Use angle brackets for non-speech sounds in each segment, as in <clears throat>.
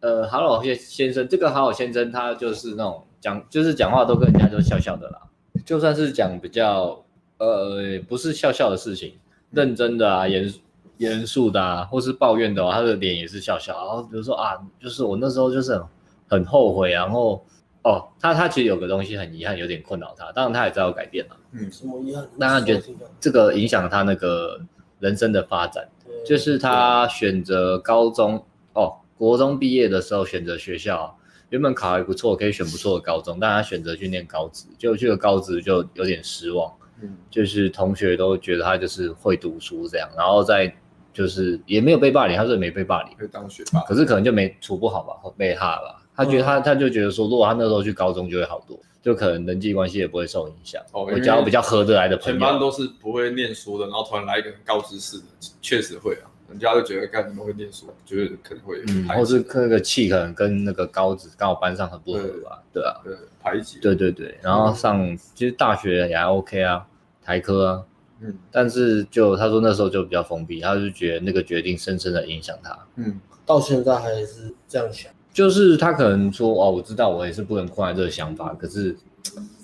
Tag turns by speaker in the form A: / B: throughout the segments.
A: 呃好老先先生，这个好老先生他就是那种讲，就是讲话都跟人家都笑笑的啦，就算是讲比较呃不是笑笑的事情，认真的啊，严严肃的啊，或是抱怨的、啊，他的脸也是笑笑。然后比如说啊，就是我那时候就是很很后悔，然后哦，他他其实有个东西很遗憾，有点困扰他，当然他也知道改变了，
B: 嗯，
C: 什么遗憾？
A: 那他觉得
C: 什么遗憾
A: 这个影响他那个人生的发展。
C: 对
A: 就是他选择高中哦，国中毕业的时候选择学校，原本考还不错，可以选不错的高中，但他选择去念高职，就去了高职就有点失望，
B: 嗯，
A: 就是同学都觉得他就是会读书这样，然后再就是也没有被霸凌，他说也没被霸凌，
B: 可以当学霸，
A: 可是可能就没处不好吧，被害吧，他
D: 嗯
A: 觉得他、他就觉得说，如果他那时候去高中就会好多，就可能人际关系也不会受影响，
D: 哦因
A: 我
D: 为
A: 交比较合得来的朋
D: 全
A: 友，
D: 班都是不会念书的，然后突然来一个很高知识的，确实会啊，人家就觉得干你们会念书，觉得可能会
A: 嗯，
D: 排
A: 或是
D: 挤，
A: 那个气可能跟那个高职刚好班上很不合吧，对啊，
D: 对排挤，
A: 对对对，然后上其实大学也还 OK 啊，台科啊，
B: 嗯
A: 但是就他说那时候就比较封闭，他就觉得那个决定深深的影响他，
B: 嗯，
C: 到现在还是这样想，
A: 就是他可能说哦，我知道我也是不能困在这个想法，可是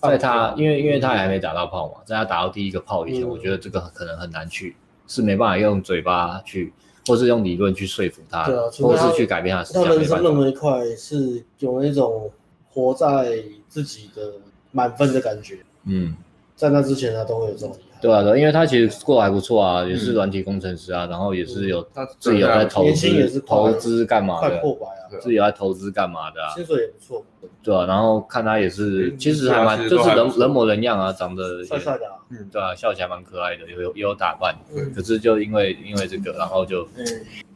A: 在他因为因为他也还没打到炮嘛，在他打到第一个炮以前，
C: 嗯
A: 我觉得这个可能很难去，是没办法用嘴巴去，或是用理论去说服他，
C: 对啊除
A: 或
C: 非他
A: 是去改变他的思
C: 他
A: 想，
C: 人
A: 没办
C: 生
A: 法
C: 任何一块是有那种活在自己的满分的感觉，
A: 嗯。
C: 在那之前他都会有这种遗憾。
A: 对啊，对啊，因为他其实过得还不错啊，也是软体工程师啊，然后也是有
D: 他
A: 自己有在投
C: 年
A: 资，
C: 轻也是快
A: 投资干嘛
C: 快
A: 的，
C: 破百啊，
D: 对
A: 自己有在投资干嘛的、啊，
C: 薪水也不错，
A: 对啊，然后看他也是，
D: 嗯
A: 其实
D: 对啊
A: 还蛮
D: 其实
A: 就
D: 都
A: 是
D: 还不
A: 人
D: 错
A: 人模人样啊，长得
C: 帅
A: 也
C: 帅的啊。
A: 对啊，笑起来蛮可爱的，有有有打扮，
C: 嗯
A: 可是就因为因为这个，然后就
C: 嗯，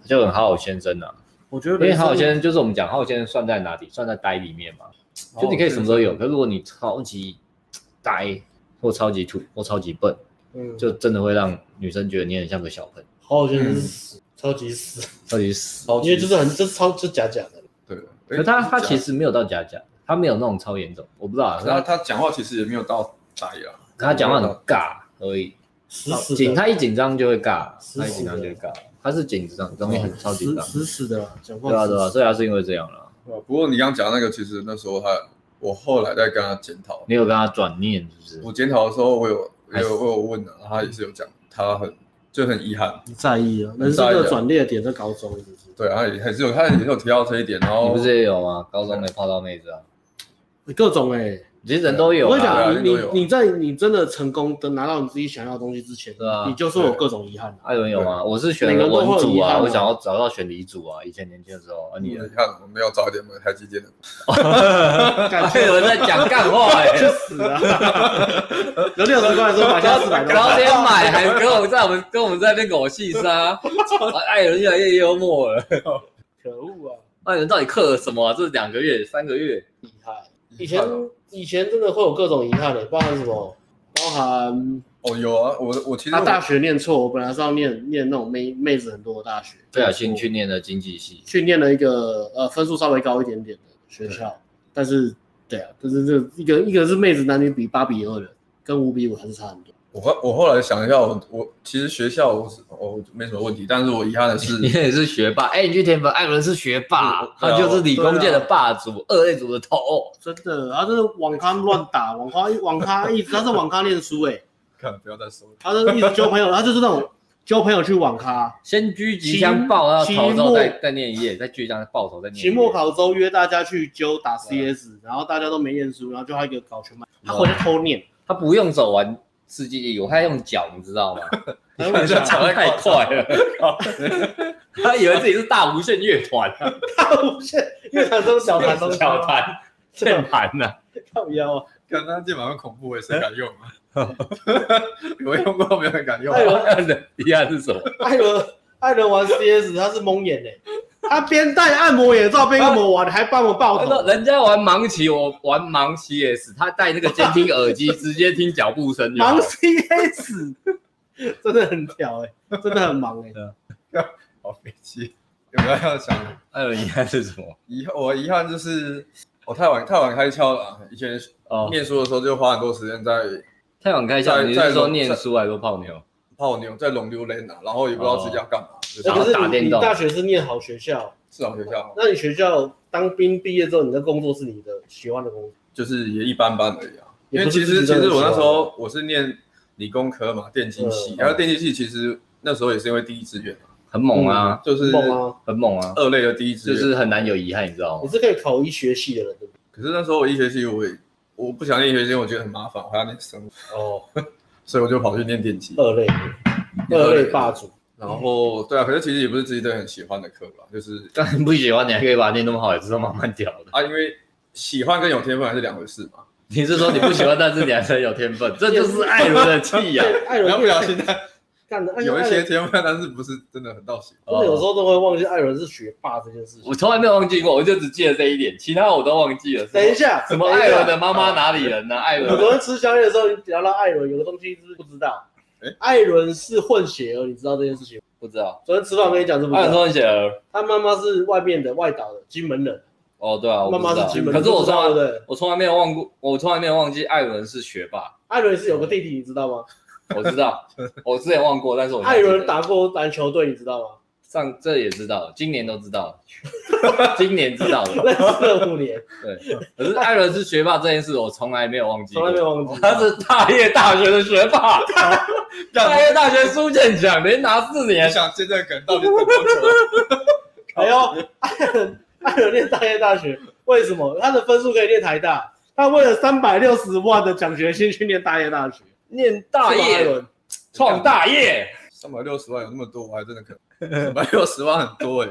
A: 就很好好先生啊，
B: 我觉得
A: 因为好好先生就是我们讲好好先生算在哪里，算在呆里面嘛，就你可以什么都有，可是如果你超级呆或超级土或超级笨，
C: 嗯，
A: 就真的会让女生觉得你很像个小朋友，
C: 好学生是死，超级死，
A: 嗯超级死。
C: 因为就是很这超就假假的，
D: 对，哎
A: 可是他
D: 诶
A: 他其实没有到假假，他没有那种超严重，我不知道啊。可是
D: 他
A: 他
D: 他讲话其实也没有到呆啊，
A: 可他讲话很尬而已，
C: 死死
A: 紧
C: 的，
A: 他一紧张就会尬，
C: 死死的
A: 他一紧张就会尬，他是紧张，东西很超级
C: 死
A: 尬。
C: 死死的啊，讲话
A: 对啊
C: 死
A: 对啊，
C: 死
A: 所以他是因为这样了。
D: 对啊不过你刚讲那个，其实那时候他我后来在跟他检讨，
A: 你有跟他转念是不是？
D: 我检讨的时候我有我
A: 还是
D: 有我有问啊，他也是有讲，他很就很遗憾，
C: 很在意啊，人生
D: 很在意
C: 的
D: 啊
C: 转捩点在高中，是不是？
D: 对，他也还是有他也是有提到这一点，然后
A: 你不是也有吗？高中没泡到妹子啊，
C: 各种哎，
A: 其实人都有
C: 我跟你
A: 啊。
D: 啊
C: 讲，你
D: 人都有啊
C: 你你在你真的成功的拿到你自己想要的东西之前
A: 对啊，
C: 你就说有各种遗憾啊。
A: 艾伦有吗？我是选
C: 每个人都会有
A: 文组
C: 遗憾
A: 啊，
C: 啊
A: 我想要找到选理组啊。以前年轻的时候，啊你
D: 你
C: <laughs>
A: 呢
D: 看我没有早一点买台积电的，
C: 感
A: 艾伦在讲干话哎，
C: 死 <laughs> 啊！有六十块的时候买下四百多
A: 然后
C: 块，
A: 先买，还跟我们在我们跟我们在那边狗戏
C: <laughs>
A: 杀，艾伦越来越幽默了。
C: 可恶啊！
A: 艾伦到底刻了什么啊、这两个月、三个月，
C: 遗憾，以前以前真的会有各种遗憾的，包含什么？包含
D: 哦有啊，我我其实
C: 他
D: 我
C: 大学念错，我本来是要念念那种妹妹子很多的大学，
A: 不小心去念了经济系，
C: 去念了一个呃分数稍微高一点点的学校，但是对啊，但是这一个一个是妹子男女比八比二的，跟五比五还是差很多。
D: 我后我后来想一下，我我其实学校我是我没什么问题，但是我遗憾的是
A: <laughs> 你，也是学霸。哎、你去填粉，艾伦是学霸，
D: 对
A: 他
D: 啊
A: 就是理工界的霸主，二类组的头。
C: 真的，他就是网咖乱打，网咖网咖一直他在网咖念书哎、
D: 看不要再说了，
C: 他就是一直交朋友，他就是那种交朋友去网咖，
A: 先狙击枪爆他的头之
C: 期
A: 后
C: 末
A: 再再念一页，再狙击枪爆头再念一
C: 期
A: 页。
C: 末考周约大家去揪打 CS，然后大家都没念书，然后就他一个搞全班，他回去偷念，
A: 他不用手玩世纪帝国，他用脚，你知道 <laughs> 吗？
C: 然
A: 他
C: 后
A: 讲得太快 <laughs> 了，他以为自己是大无限乐团，
C: 大无限，因为他这种小谈都
A: <laughs> 小谈键盘呐。
C: 靠腰啊，
D: 看那键盘很恐怖，谁敢用啊？ <laughs> 我用过，没有人敢用
C: 哎呦
A: <laughs>
D: 啊。
A: 艾伦的遗憾是什么？
C: 艾伦艾伦玩 CS 他是蒙眼哎、他边戴按摩眼罩边跟我们玩，还帮我爆
A: 他说
C: 头，
A: 人家玩盲棋，我玩盲 CS，他戴那个监听耳机，直接听脚步声就好
C: 忙 CS，真的很屌哎、真的很忙哎、
D: 好飞机，有没有要想？
A: 艾伦遗憾是什么？
D: 遗憾，我遗憾就是我太晚太晚开窍了啊。以前
A: 哦，
D: 念书的时候就花很多时间在
A: 太晚开窍，
D: 在
A: 你
D: 在
A: 是说念书还是说泡妞？
D: 泡妞，在龙溜雷啊，然后也不知道自己要干嘛。就是
A: 然后
C: 那哎可是
A: 打
C: 你
A: 电
C: 你
A: 动
C: 大学是念好学校，
D: 是好学校
C: 那你学校当兵毕业之后，你的工作是你的喜欢的工作？
D: 就是也一般般而已啊。因
C: 也
D: 为
C: 不是
D: 其实
C: 自己
D: 其
C: 真的
D: 实我那
C: 喜欢
D: 时候我是念理工科嘛，电机系
C: 嗯，
D: 然后电机系其实那时候也是因为第一志愿嘛，
A: 很猛啊，
D: 就是
C: 很猛啊
A: 很猛啊，
D: 二类的第一志
A: 就
D: 愿，
A: 是很难有遗憾，你知道
C: 你
A: 吗？
C: 是可以考医学系的人，对不
D: 可是那时候我医学系我也我不想念医学系，我觉得很麻烦，我还要念生物，
C: 对？哦，
D: 所以我就跑去念电机。
C: 二类，二类霸主，
D: 然后对啊，可是其实也不是自己对很喜欢的课吧，就是
A: 但你不喜欢，你还可以把它念那么好，也是慢慢屌的。
D: 啊，因为喜欢跟有天分还是两回事
C: <laughs>
D: 嘛。
A: 你是说你不喜欢，但是你还是很有天分，这就是艾伦的气啊 <laughs> 呀、
C: 哎艾
D: 然后
C: 伦
D: 不小心他
C: 干的，艾伦
D: 有一
C: 艾
D: 些哦
C: 伦
D: 天分，但是不是真的很到喜欢。
C: 真的有时候都会忘记艾伦是学霸这件事情
A: 哦我。从来没有忘记过，我就只记得这一点，其他我都忘记了。什么
C: 等一下，
A: 什么艾伦的妈妈哪里人呢、艾
C: 等一下？我
A: 伦
C: 昨天吃宵夜的时候，你聊到艾伦，有个东西是不是不知道
D: 诶？
C: 艾伦是混血儿，你知道这件事情吗？
A: 不知道，
C: 昨天吃饭跟你讲是不
A: 艾伦
C: 是？
A: 说你写了。
C: 他妈妈是外面的外岛的金门人，
A: 哦，对啊，我
C: 妈
A: 不
C: 妈
A: 知道
C: 是金门人。
A: 可是我啊
C: 你知道
A: 从
C: 对不
A: 来
C: 对？
A: 我从来没有忘过，我从来没有忘记艾伦是学霸。
C: 艾伦是有个弟弟，你知道吗？
A: 我知
C: <laughs>
A: 道，我之前忘过，但是我现在
C: 艾
A: 记得
C: 伦打过篮球队，你知道吗？ <laughs>
A: 上这也知道，今年都知道，今年知道了。 <laughs>
C: 认识了五年，
A: 可是艾伦是学霸这件事，我从来没有忘记过，
C: 从来没有忘记。
A: 他是大业大学的学霸，大
C: 哎
A: 业大学苏建奖连拿四
D: 你
C: <laughs>
A: 年，
D: 想现在可能到底等多久？啊
C: 哎呦， <laughs> 艾伦艾伦念大业大学，为什么他的分数可以念台大？他为了三百六十万的奖学金去念大业大学，
A: 念大
C: 是吧艾
A: 业
C: 伦
A: 创大业，
D: 三百六十万有那么多，我还真的可能三百六十万很多哎、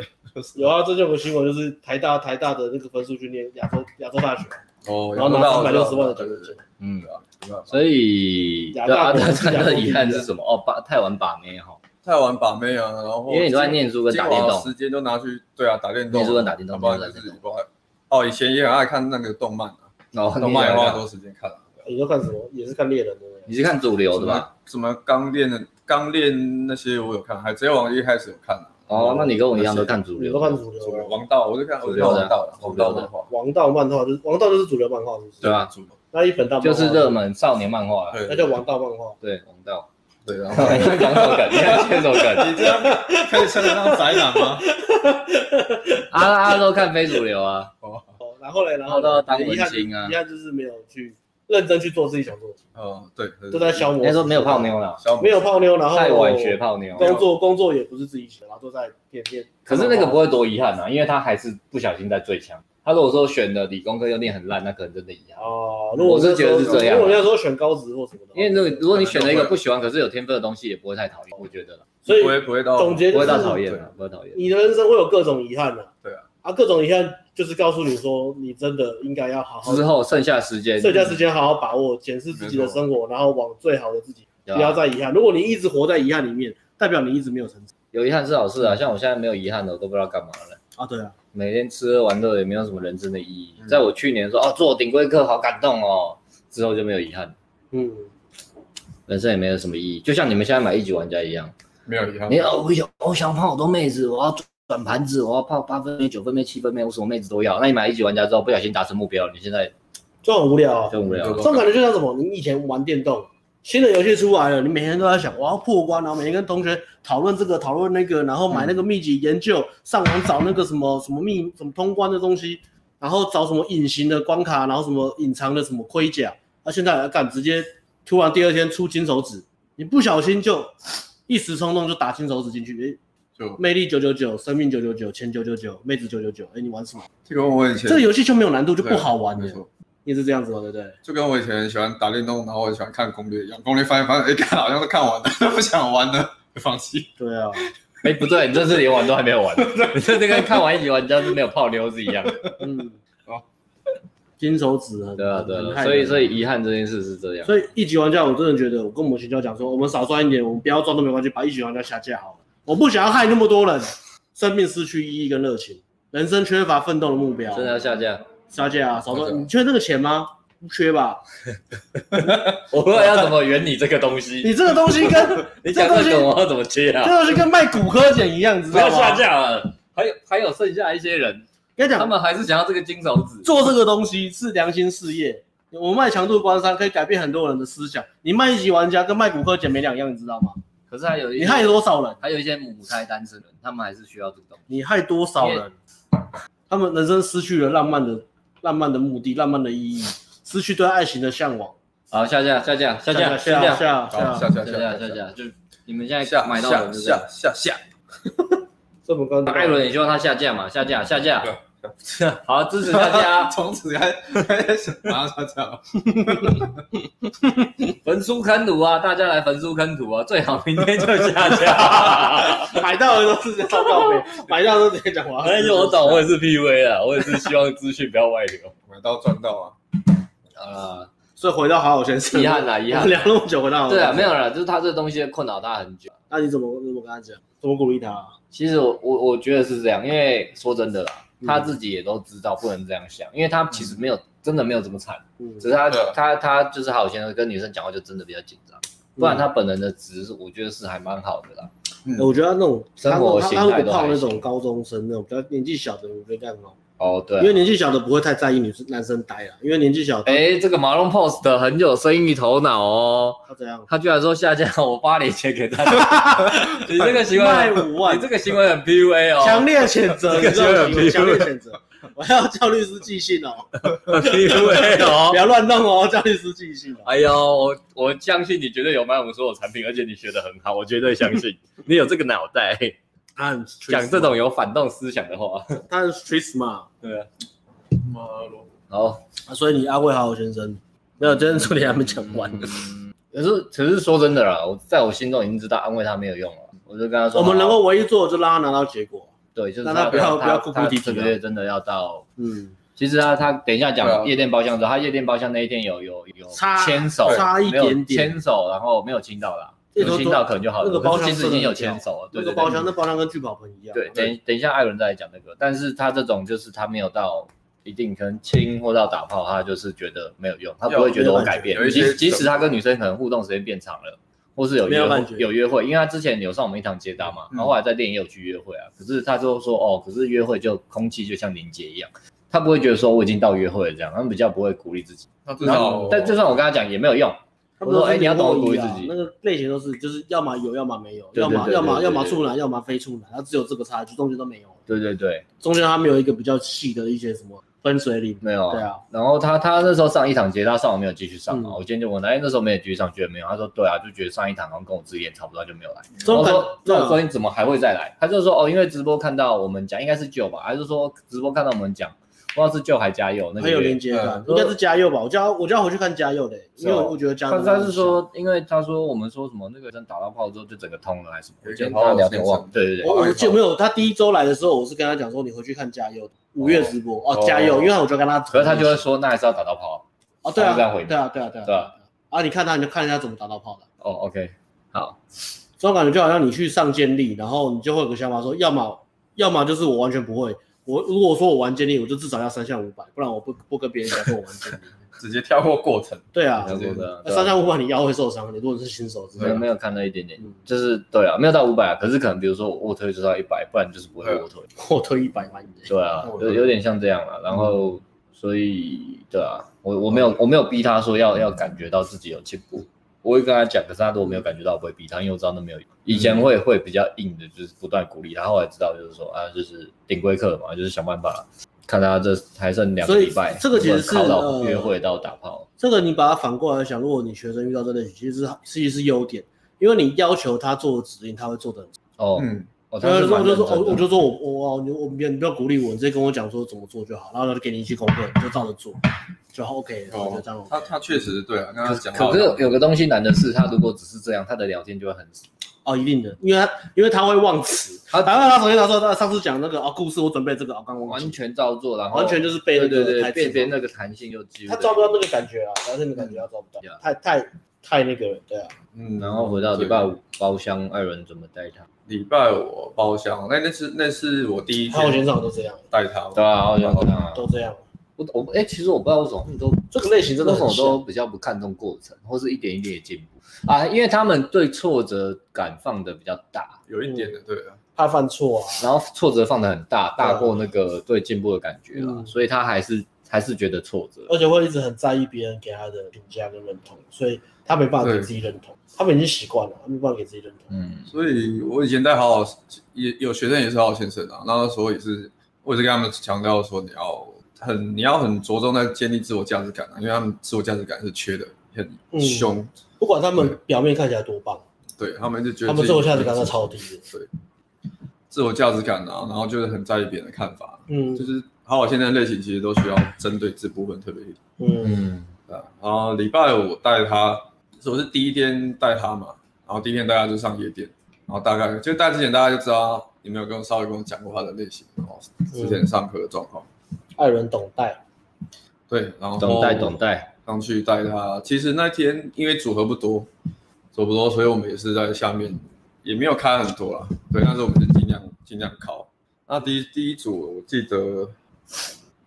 C: 有啊，最近有个新闻就是台大台大的那个分数去念亚洲亚洲大学，
D: 哦，
C: 然后拿三百六十万的奖
D: 对对
C: 学
D: 对
C: 金，
A: 嗯，
D: 没办法。
A: 所以
C: 亚
A: 对
C: 大
A: 啊，
C: 国
A: 但
C: 是亚
A: 他
C: 国
A: 的
C: 第一
A: 遗憾
C: 啊
A: 是什么？哦，把太晚把妹哈，
D: 太晚把妹啊，然
C: 哦
D: 后
A: 因为你都在念书跟打电
D: 精华
A: 动，
D: 时间都拿去对啊打电动啊，
A: 念书跟打电动，
D: 要不
A: 念
D: 然
A: 书跟
D: 就
A: 打
D: 是
A: 电
D: 不爱哦，以前也很爱看那个动漫啊，
A: 动。哦，
D: 动漫也
A: 你也
D: 花
A: 看
D: 很多时间看啊。
C: 你都看什么？也是看猎人的。
A: 你是看主流
D: 什
A: 的
D: 么
A: 吧？
D: 什么钢炼的钢炼那些我有看，海贼王一开始有看啊。
C: 嗯
A: 哦，那你跟我一样都
D: 那些
A: 看主
C: 你
A: 流
C: 都
A: 的。
C: 看
D: 主
C: 主
D: 流
C: 流，
D: 王道，我就看我就看王道了，
A: 主
D: 王
A: 流的
D: 道漫画，
C: 王道漫画就是王道就是主流漫画，是不是？
A: 对啊
D: 主流
C: 那一本大漫画
A: 就是热，门少年漫画啦。
D: 对，
C: 那叫王道漫画。
A: 对，王道。 <laughs>
D: 对，然后
A: 你要讲什么梗？你要接什么
C: <laughs>
A: 梗？
D: 你这样可以称得上宅男吗？
A: 阿拉阿拉都看非主流啊，
D: 哦，
C: 哦，然后嘞，然
A: 然
C: 后
A: 后
C: 呢
A: 都要当
C: 遗
A: 文
C: 憾
A: 青啊
C: 遗。憾就是没有去认真去做自己想做的事，
D: 嗯，对，对
C: 都在消磨。
A: 那时候没有泡，妞了，
D: 消磨
C: 没有泡妞，然后
A: 太晚学泡妞。啊
C: 工作工作也不是自己选，然后都在天天。
A: 可是那个不会多遗憾啊，因为他还是不小心在最强。他如果说选的理工科又念很烂，那可能真的遗憾。
C: 哦，如
A: 嗯
C: 果
A: 我是觉得是这样啊
C: 如果那时候选高职或什么的
A: 因
C: 话，
A: 为如果如果你选了一个不喜欢可是有天分的东西，也不会太讨厌，我觉得啦，
C: 所以
D: 不会不会到
C: 总结
A: 不
C: 就
A: 会
C: 是
A: 到讨厌啊，不会讨厌。
C: 你的人生会有各种遗憾的。
D: 对啊，
C: 啊，各种遗憾就是告诉你说，你真的应该要好好
A: 之后剩下时间，
C: 剩下时间好好把握，检视自己的生活，然后往最好的自己，
A: 对啊
C: 不要
A: 吧
C: 再遗憾。如果你一直活在遗憾里面，代表你一直没有成长
A: 有遗憾是好事啊。像我现在没有遗憾的，我都不知道干嘛了。
C: 啊。对啊，
A: 每天吃喝玩乐也没有什么人生的意义。
D: 嗯
A: 在我去年说哦做顶规课好感动哦，之后就没有遗憾，
C: 嗯，
A: 人生也没有什么意义。就像你们现在买一级玩家一样，
D: 没有遗
C: 嗯
D: 憾，
A: 你哦我有我想泡好多妹子，我要转盘子，我要泡八分妹、九分妹、七分妹，我什么妹子都要。那你买一级玩家之后不小心达成目标，你现在
C: 就很无聊啊。
A: 就无聊了。
C: 这种感觉就像什么？你以前玩电动，新的游戏出来了，你每天都在想我要破关，然后每天跟同学讨论这个讨论那个，然后
D: 嗯
C: 买那个秘籍研究，上网找那个什么什么秘什么通关的东西，然后找什么隐形的关卡，然后什么隐藏的什么盔甲。那、现在敢直接突然第二天出金手指，你不小心就一时冲动就打金手指进去，哎，
D: 就
C: 魅力九九九，生命九九九，钱九九九，妹子九九九，哎，你玩什么？
D: 就跟我以前
C: 这个游戏就没有难度，就不好玩
D: 没
C: 了。
D: 错，
C: 你也是这样子嘛，对不对？
D: 就跟我以前喜欢打电动，然后我喜欢看攻略一样，攻略翻一翻，哎，看好像都看完了， <laughs> 不想玩了，就放弃。
C: 对
A: <laughs>
C: 啊。
A: 哎、不对，你这次连玩都还没
C: <laughs>
A: 有玩，你这次跟看完一级玩家是没有泡妞是一样的。
C: 嗯，
D: 哦
C: 金手指很
A: 对啊，对
C: 很
A: 啊，
C: 害
A: 所以
C: 人
A: 所以遗憾这件事是这样。
C: 所以一级玩家，我真的觉得，我跟我们学校讲说，我们少赚一点，我们不要赚都没关系，把一级玩家下架好了。我不想要害那么多人，生命失去意义跟热情，人生缺乏奋斗的目标。
A: 真的要下架？
C: 下架啊，少
D: 真
C: 赚，
D: 的
C: 你缺那个钱吗？不缺
A: <laughs>
C: 吧？
A: 我不知道要怎么圆你这个东西。
C: 你这个东西跟
A: 你
C: 这
A: 讲
C: 个
A: 这
C: 东西，
A: 个
C: 这
A: 我要怎么接啊？
C: 个东西跟卖骨科碱一样，知
A: 不
C: 道
A: 要
C: 吗？
A: 下架了。还有还有剩下一些人，
C: 跟你
A: 他
C: 讲，
A: 们还是想要这个金手指。
C: 做这个东西是良心事业。我们卖强度关山可以改变很多人的思想，你卖一级玩家跟卖骨科碱没两样，你知道吗？
A: 可是还有一
C: 你
A: 些
C: 害多少人？
A: 还有一些母胎单身人，他们还是需要这个东西。
C: 你害多少人？他们人生失去了浪漫的、浪漫的目的、浪漫的意义，失去对爱情的向往。
A: 好，下架下架下
C: 下
A: 架
C: 下
A: 架下
C: 下
D: 好下下
C: 下
A: 架啊下
D: 下
A: 架，就你们现在
D: 下
A: 买到
D: 下
A: 的就是这样
D: 下下下，
C: 这么刚
A: 艾伦也希望他下架嘛，下架下架
D: 对，，
A: <laughs> 好支持下架啊
D: 从此还还在想 <laughs> 马上下架。
A: 焚书坑儒啊，大家来焚书坑儒啊，最好明天就下 <laughs> 架。
C: 买到的都是这样告白，买到的都直接讲完。
A: 反正我懂，我也是 PV 啊，我也是希望资讯不要外 <laughs> 流。
D: 买到赚到啊！
A: 啊，
C: 所以回到好好先生，
A: 遗憾啦遗憾
C: <laughs> 聊那么久回到好好
A: 对
C: 先
A: 啊，
C: 生
A: 没有啦，就是他这东西困扰他很久。
C: 那你怎么怎么跟他讲？怎么鼓励他、
A: 其实我我我觉得是这样，因为说真的啦，
C: 嗯
A: 他自己也都知道不能这样想，因为他其实没有、真的没有这么惨，
C: 嗯，
A: 只是他
D: 对啊
A: 他他就是好先生跟女生讲话就真的比较紧张，不
C: 嗯
A: 然他本人的值是我觉得是还蛮好的啦。
C: 欸我觉得他那种
A: 生活形态
C: 他如果
A: 都
C: 泡
A: 还
C: 那
A: 行
C: 种高中生那种比较年纪小的，我觉得更好，
A: 哦，对
C: 因为
A: 啊，
C: 年纪小的不会太在意女生男生呆啊，因为年纪小，
A: 哎、这个马龙 post 很有生意头脑哦，
C: 他怎样？
A: 他居然说下架我八连钱给
C: <laughs>
A: 大家，你这个行为
C: 卖
A: 很，
C: 五万
A: 你，这个行为很 PUA 哦，
C: 强烈谴责，
A: 这个
C: 你知
A: 就很
C: 道吗？强烈谴责，我要叫律师寄信哦，
A: 很 PUA 哦
C: 不。要乱弄哦，叫律师寄信哦。
A: 哎呦，我我相信你绝对有买我们所有产品，而且你学的很好，我绝对相 <laughs> 信你有这个脑袋，啊
C: 他很
A: 讲这，种有反动思想的话。
C: 他很 street smart，
A: 对啊，
D: 妈咯，
A: 好，
C: 啊所以你阿慧好好先生，没有，今天重点还没讲完。
A: 嗯可是可是说真的啦，我在我心中已经知道安慰他没有用了，我就跟他说，
C: 我们能
A: 好
C: 够唯一做的就让他拿到结果。
A: 对，就是
C: 让他不要
A: 他
C: 不要哭哭
A: 他
C: 啼啼
A: 这个
C: 啊
A: 月真的要到。
C: 嗯，
A: 其实他他等一下
D: 对
A: 讲
D: 啊
A: 夜店包厢的时候，他夜店包厢那一天有有有
C: 差
A: 牵手，
C: 差一
A: 没有
C: 点点
A: 牵手，然后没有亲到啦，
C: 这都
A: 有亲到可能就好了。
C: 那个包厢
A: 可是其实已经有牵
C: 真的很
A: 手了，对
C: 那个
A: 对对
C: 包厢，那包厢跟聚宝盆一样。啊
A: 对，等等一下，艾伦再来讲那个。但是他这种就是他没有到一定可能亲或到打炮，他就是觉得没有用，他不会觉得我改变
D: 有。一
A: 即
D: 些
A: 即使他跟女生可能互动时间变长了，或是有
C: 没
A: 约
C: 有
A: 会
C: 感觉
A: 有约会，因为他之前有上我们一堂接搭嘛，
D: 嗯
A: 然后后来在店也有去约会啊。可是他就说哦，可是约会就空气就像凝结一样。他不会觉得说我已经到约会了这样，他们比较不会鼓励自己。
D: 那至
A: 然
D: 少
A: 后，，但就算我跟他讲也没有用。
C: 他
A: 我
C: 们都
A: 说
C: 是
A: 哎，你要懂得鼓励自
C: 零落一啊
A: 己
C: 那。个类型都是就是要么有，要么没有，
A: 对对
C: 要么
A: 对对
C: 要么
A: 对对
C: 要么处男，要么非处男，他只有这个差距，中间都没有。
A: 对对对，
C: 中间他没有一个比较细的一些什么分水岭。
A: 没有
C: 对啊。
A: 然后他他那时候上一场节，他上午没有继续上嘛。
C: 嗯
A: 我今天就问他，哎，那时候没有继续上，觉得没有。他说对啊，就觉得上一场好像跟我自己也差不多，就没有来。
C: 这种
A: 我
C: 感
A: 说那我
C: 对
A: 说
C: 啊
A: 你怎么还会再来？他就说哦，因为直播看到我们讲，应该是旧吧，还是说哦直播看到我们讲，不知道是旧还加油那个
C: 很有
A: 月
C: 连接感
D: 嗯，
C: 应该是嘉佑吧？我叫他我叫他回去看嘉佑的，因为
A: 是哦
C: 我觉得嘉
A: 他
C: 佑。
A: 他是说，因为他说我们说什么那个人打到炮之后就整个通了还是什么？我
D: 有一
A: 今天
D: 点
A: 跟他聊天忘了。对对
C: 我
A: 对，
C: 我记得没有，他第一周来的时候，我是跟他讲说，你回去看嘉佑的五月直播哦，嘉佑，因为我就跟他，
A: 可是他就会说那还是要打到炮。
C: 哦，对
A: 他
C: 啊，
A: 就这样回你
C: 对啊，对啊，对啊，
A: 对啊
C: 啊，你看他，你就看人家怎么打到炮的，
A: 哦，OK，好，
C: 这种感觉就好像你去上健力，然后你就会有个想法说，要么要么就是我完全不会，我如果说我玩健力，我就至少要三项五百，不然我不不跟别人讲说我玩健力。
D: 直接跳过过程，
C: 对啊，
A: 差不多的
C: 那三项五百你腰会受伤，你如果是新手之类
A: 没
C: 的
A: 有没有看到一点点
C: 嗯，
A: 就是对啊，没有到五百啊，可是可能比如说我卧推就到一百，不然就是不会
D: 对啊
A: 卧推。
C: 我推一百万的。
A: 对啊，
D: 卧推
A: 有有点像这样了。然
C: 嗯
A: 后所以对啊，我我没有我没有逼他说要要感觉到自己有进步，我会跟他讲，可是他如果没有感觉到，我不会逼他，因为我知道那没有用。以前
C: 嗯
A: 会会比较硬的，就是不断鼓励他，后来知道就是说啊，就是顶规课嘛，就是想办法。看他这还剩两个
C: 所以
A: 礼拜，
C: 这个其实是
A: 能不能靠
C: 呃
A: 到约会到打炮，
C: 这个你把它反过来想，如果你学生遇到这类型，其实是其实是优点，因为你要求他做指令，他会做的。
A: 哦，
D: 嗯，
A: 哦，
C: 然
A: 他
C: 后
A: 是蛮
C: 我呃就说，
A: 认真
C: 我
A: 的
C: 我就说我我我你我别你不要鼓励我，你直接跟我讲说怎么做就好，然后他就给你一些功课，你就照着做，就 OK，然
A: 哦
C: 后就这样。
D: 他他确实对啊，刚刚讲到
A: 可是有有个东西难的是，他如果只是这样，他的聊天就会很死。
C: 哦，一定的，因为他因为他会忘词，
A: 他
C: 然后他首先他说他上次讲那个哦故事，我准备这个哦，刚忘
A: 完
C: 记，
A: 全照做，然后
C: 完全就是背那
A: 对对
C: 个
A: 对
C: 台，
A: 变
C: 词
A: 变
C: 嘛，
A: 那个弹性又几乎
C: 他抓不到那个感觉啊，然后那个感觉他抓不到
A: Yeah，
C: 太太太那个了，对啊，
D: 嗯
A: 然后回到礼拜五包厢，艾伦怎么带他？
D: 对礼拜五包厢，那那是那是我第一
C: 还有
D: 天
C: 全场都这样，
D: 带他，
A: 对啊，好像这样啊。
C: 都这样，
A: 我我哎，其实我不知道为什么他们都
C: 这个类型真的
A: 为什
C: 很
A: 么
C: 像
A: 都比较不看重过程，或是一点一点的进步啊，因为他们对挫折感放的比较大，
D: 有一点的对啊，
C: 怕犯错啊，
A: 然后挫折放的很大，大过那个对进步的感觉
C: 嗯
A: 啊，所以他还是还是觉得挫折。
C: 而且会一直很在意别人给他的评价跟认同，所以他没办法给自己认同，他们已经习惯了，他没办法给自己认同。
A: 嗯，
D: 所以我以前带好好也有学生也是好好先生啊，那那时候也是，我也是跟他们强调说你要很你要很着重在建立自我价值感啊，因为他们自我价值感是缺的
C: 嗯
D: 很凶，
C: 不管他们
D: 对
C: 表面看起来多棒，
D: 对他们就觉得
C: 他们自我价值感
D: 都
C: 都超低的。
D: 自我价值感啊，然后就是很在意别人的看法，啊
C: 嗯
D: 就是好好先生类型其实都需要针对这部分特别去
C: 嗯
A: 嗯，
D: 啊，然后礼拜五带他，我是第一天带他嘛，然后第一天带他就上夜店，然后大概就带之前大家就知道，你们有跟我稍微跟我讲过他的类型，然后之前上课的状况，
C: 艾伦懂带，
D: 对，然后
A: 懂带懂带，
D: 上去带他，其实那天因为组合不多，组合不多，所以我们也是在下面也没有开很多啦，对，但是我们就尽量尽量考。那第一第一组我记得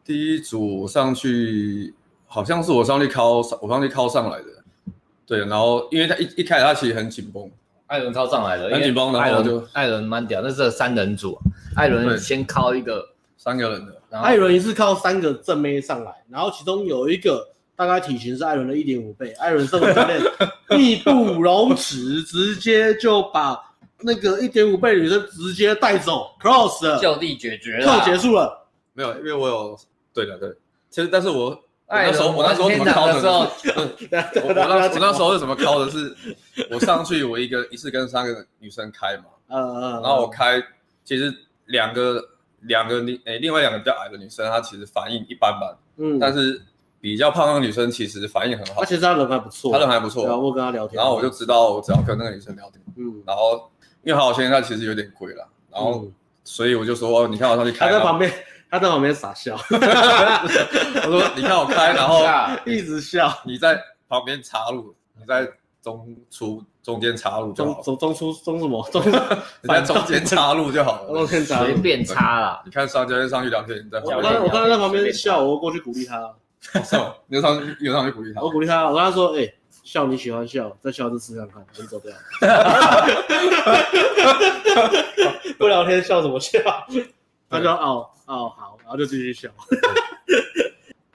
D: 第一组我上去好像是我上去考上我上去考上来的，对，然后因为他一一开始他其实很紧绷，
A: 艾伦靠上来了，
D: 很紧绷
A: 因为
D: 然后
A: 艾伦
D: 就嗯
A: 艾伦蛮屌，那是三人组，啊艾伦
D: 对
A: 先靠一个，
D: 三个人的，
A: 然后
C: 艾伦一次靠三个正妹上来，然后其中有一个大概体型是艾伦的一点五倍，艾伦身为教练义不容辞，直接就把那个一点五倍女生直接带走，cross 了，
A: 就地解决了
C: 课，结束了。
D: 没有，因为我有对的对，其实但是我我
A: 艾
D: 那
A: 伦
D: 时候我那时候怎么考
A: 的时候
D: 呢？，
C: <laughs>
D: 我我那我那时候是怎么敲的是？我上去我一个一次跟三个女生开嘛，
C: 呃呃，
D: 然后我开，其实两个两个女诶、另外两个比较矮的女生，她其实反应一般般，
C: 嗯，
D: 但是比较胖的女生其实反应很好
C: 他，其实他人还不错，
D: 她人还不
C: 对啊
D: 错。
C: 我跟他聊天，
D: 然后我就知道，我只要跟那个女生聊天，
C: 嗯，
D: 然后因为好好先生她其实有点贵了，然后
C: 嗯
D: 所以我就说，你看我上去开，
C: 他在
D: 然后
C: 旁边他在旁边傻笑，
D: <laughs> 我说你看我开，
C: <laughs>
D: 然后
A: 啊
C: 一直笑，
D: 你在旁边插入，你在中出中间插入就好
C: 中
D: 了。
C: 中中出中什么中
D: <laughs> 你在中间插入就好
C: 中
D: 了。
C: 天长。
A: 随
C: 我
A: 便插啦，
D: 你看上教练上去聊天，你在
A: 教
D: 旁
C: 刚
A: 练
C: 才
D: 边
C: 我刚才在旁边笑，我过去鼓励他，
D: 上，哦你就上去你就上去鼓励他
C: 我。鼓励他，我跟他说，哎，笑你喜欢笑，再笑一次试看看，你走掉。 <laughs> 不聊天笑什么笑？他说哦哦好，然后就继续笑。
D: 哦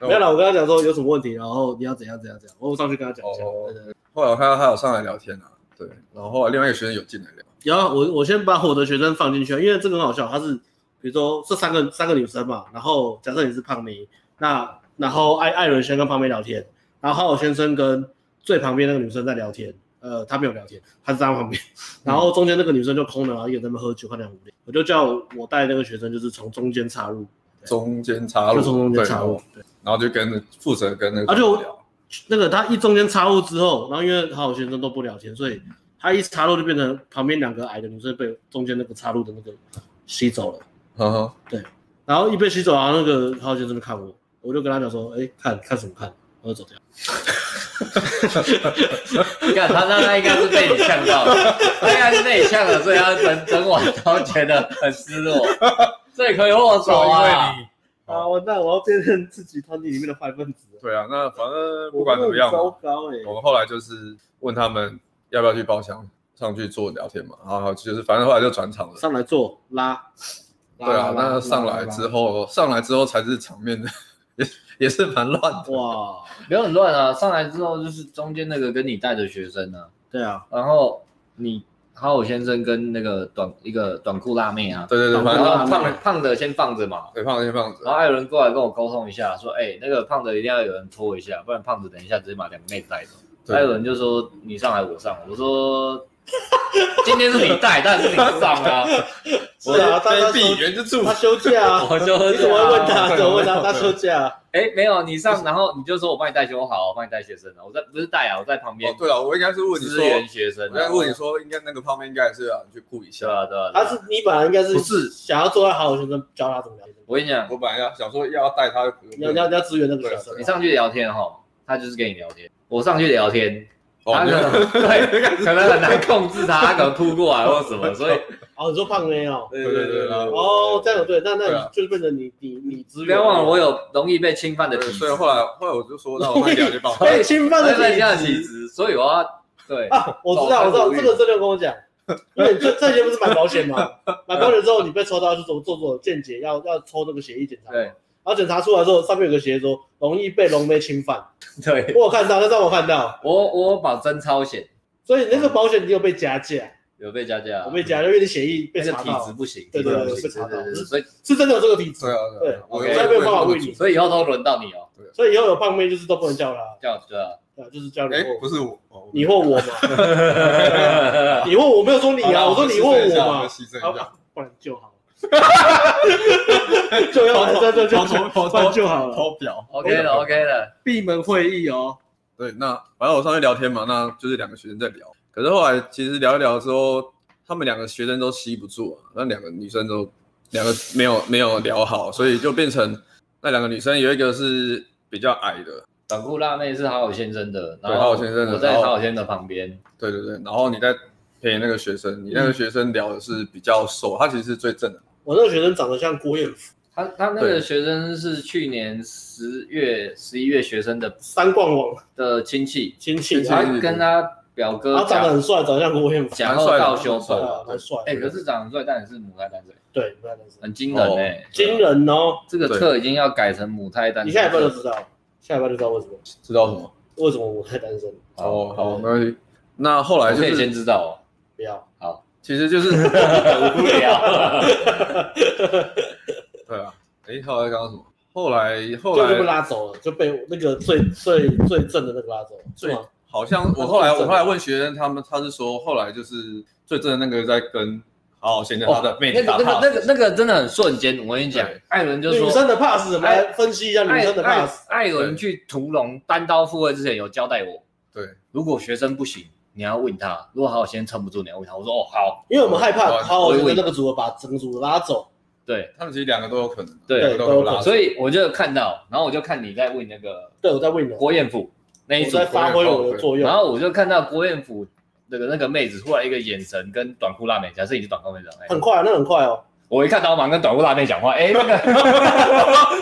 C: 没有
D: 然后
C: 了，我跟他讲说有什么问题，然后你要怎样怎样怎样，我上去跟他讲一下。
D: 哦
C: 对对对
D: 后来我看到他有上来聊天啊，对，然后后来另外一个学生有进来聊，
C: 然后我我先把我的学生放进去，因为这个很好笑，他是比如说这三个三个女生嘛，然后假设你是胖妮，那然后艾艾伦先跟胖妹聊天，然后好好先生跟最旁边那个女生在聊天，呃，他没有聊天，他是在旁边，然后中间那个女生就空了，然后一个人在那边喝酒，看起来很无聊，我就叫我我带那个学生就是从中间插入，
D: 中间插入，
C: 就从中间
D: 对
C: 插入，，对，
D: 然后就跟负责跟那个
C: 而且我
D: 聊，
C: 啊那个他一中间插入之后，然后因为好好先生都不聊天，所以他一插入就变成旁边两个矮的女生被中间那个插入的那个吸走了。
D: 呵呵，
C: 然后一被吸走，然后那个浩先生就看我，我就跟他讲说，哎，看看什么看，我就走掉。
A: 你看他那他应该是被你呛 <laughs> 到了，他应该是被你呛了，所以他整整晚都觉得很失
D: <laughs>
A: 落。这也可以握手啊！
D: 你
C: 啊，完蛋，我要变成自己团体里面的坏分子了。
D: 对啊，那反正不管怎么样，啊
C: 我
D: 我
C: 很糟糕哎、
D: 们后来就是问他们要不要去包厢上去坐聊天嘛，然后就是反正后来就转场了。
C: 上来坐拉，
D: 对啊，那上来之后，上来之后才是场面的， <laughs> 也也是蛮乱的。
C: 哇，
A: 不要很乱啊！上来之后就是中间那个跟你带的学生啊，
C: 对啊，
A: 然后你好友先生跟那个短一个短裤辣妹啊，
D: 对对对，反
A: 然
D: 正
A: 后
D: 胖
A: 胖胖的先放着嘛，
D: 对胖先放着，
A: 然后艾伦过来跟我沟通一下，说哎、那个胖的一定要有人拖一下，不然胖子等一下直接把两个妹子带走。
D: 对
A: 艾伦就说你上来我上，我说今天是你带，但是你上啊，
C: 是啊，他
D: 被
C: 他
D: 闭
C: 休
D: 源之助
C: 他，休假啊，
A: 我就
C: 你怎么会问他？
D: <laughs> 对啊
C: 怎么问他？他休假啊，
A: 哎、没有你上，然后你就说我帮你带学生，我好，我帮你带学生啊，我在不是带啊，我在旁边
D: 哦，对啊，我应该是问你
A: 支
D: 说，
A: 援学生、
D: 我
A: 啊。
D: 应该问你说，应该那个泡面应该也是要你去顾一
A: 是
D: 下。
A: 吧？对啊吧？对
C: 他
A: 吧
C: 是你本来应该是
A: 不是
C: 想要坐在好好先生教他怎么聊天，
A: 我跟你讲，
D: 我本来要想说要带他，
C: 你要你要你要支援那个学
D: 对啊
C: 生
A: 你，上去聊天哈，他就是跟你聊天。我上去聊天，
D: 哦
A: 他可
D: <laughs>
A: 能、对，可能很难控制他，他可能扑过来或什么，所以
C: 哦，你说胖妹哦，
A: 对
D: 对对对对
C: 哦，这样对，那
D: 对
C: 那你
D: 啊
C: 就是变成你你你支援。
A: 不要忘了我有容易被侵犯的体
D: 对，
A: 质，
D: 所以后来后来我就说，那我们两去报
C: 被侵犯
A: 我
C: 的
A: 有被侵犯
C: 体
A: 的
C: 质
A: 体质，所以我要对
C: 啊！我知道，我知道，这个真的跟我讲，因为你这这些不是买保险吗？买保险之后你被抽到就做做做间接要要抽那个血液检查，
A: 对，
C: 后检查出来之后，上面有个写说容易被龙妹侵犯，
A: 对
C: 我有看到，那让我看到，
A: 我我有保真超险
C: 所以那个保险你有被加价，
A: 有被加价啊，
C: 我被加价，因为你协议被
A: 那个
C: 查
A: 体
C: 到
A: 质，不行，
C: 对
A: 体质
D: 对
A: 不
C: 对
A: 行
C: 被查到
A: 对对对所以
C: 是真的有这个体质，
D: 对啊，对
C: 对
D: 啊，我
A: ，OK
D: 我
C: 再被报告
D: 问
C: 为你
A: 所以以后都轮到你哦，
C: 所以以后有胖妹就是都不能叫啦，
A: 这样对啊，
C: 对啊，就是叫你
D: 哎
C: 或，
D: 不是我，哦
C: 你或
D: <laughs>
C: 我嘛，你或我没有说你
D: 好啦
C: 啊，我说
D: 们
C: 你
D: 牺
C: 或
D: 牲一下
C: 我
D: 我
C: 嘛
D: 们，牺牲
C: 好
D: 一下，
C: 不然就好了，就要来这这就
D: 投投
C: 不然就好了。
D: 投表
A: OK 了 OK 了，
C: 闭门会议哦，
D: 对，那反正我上去聊天嘛，那就是两个学生在聊。可是后来其实聊一聊之后，他们两个学生都吸不住啊，那两个女生都两个没有没有聊好，所以就变成那两个女生有一个是比较矮的，
A: 短裤辣妹是好好先生的，
D: 对
A: 然后
D: 好好先生的
A: 我在
D: 然后
A: 好好先生的旁边，
D: 对对对，然后你在陪那个学生，你那
A: 嗯
D: 个学生聊的是比较瘦，他其实是最正的，
C: 我那个学生长得像郭彦甫，
A: 他他那个
D: 对
A: 学生是去年十月十一月学生的
C: 三冠王
A: 的亲戚，
C: 亲戚，
A: 他
C: 他
D: 戚
A: 跟他表哥
C: 他长得
A: 讲
C: 很帅，长得像郭彦甫，
A: 讲后到修
D: 对
C: 对
A: 本，
C: 啊，蛮帅的。
A: 哎，可是长得很帅，但也是母胎单身，
C: 对，不太认识
A: 很惊人
D: 哦
A: 哎，
C: 惊人哦！
A: 这个课已经要改成母胎单
C: 你
A: 身，
C: 下一班就知道，下一班就知道为什么，
D: 知道什么？
C: 为什么我太单身。
A: 好
D: 哦，好，
A: 对
D: 没关系。那后来
A: 我
D: 就
A: 可以
D: 是
A: 先，知道
C: 不要，
D: 其实就是， <laughs>
A: 哦，无聊， <laughs>
D: 对啊，哎，后来刚刚什么？后来后
C: 就被
D: 来
C: 拉走了，就被那个最最最正的那个拉走了，是
D: 最
C: 吗？
D: 好像我后来
C: 他是
D: 我
C: 正的
D: 后来问学生，他们他是说后来就是最正的那个在跟好好先生 <laughs> 他的妹
A: 那
D: 子
A: 个
D: 打
A: 那个
D: 炮，
A: 那个那个真的很瞬间，我跟你讲
D: 对，
A: 艾伦就
C: 女
A: 说。
C: 生的 pass 是什么？
A: 哎
C: 来分析一下女
A: 艾
C: 生的
A: 艾
C: pass。
A: 艾伦去屠龙单刀赴会之前有交代我，
D: 对，
A: 如果学生不行，你要问他；如果好好先生撑不住，你要问他。我说哦，好，
C: 因为我们害怕
D: 我
C: 好好先生那个组合把整个组合拉走，
A: 对
D: 他们其实两个都有可能，
A: 对
D: 两个都有拉扯，
A: 所以我就看到，然后我就看你在问那个
C: 对我在问你，我
A: 郭彦甫那一组
C: 在，发挥我的作用
A: 然。后我就看到郭彦甫那个那个妹子突然一个眼神跟短裤辣妹，假设你是短裤妹子，哎
C: 很快，那很快哦，
A: 我一看到我马上跟短裤辣妹讲话，哎，那个，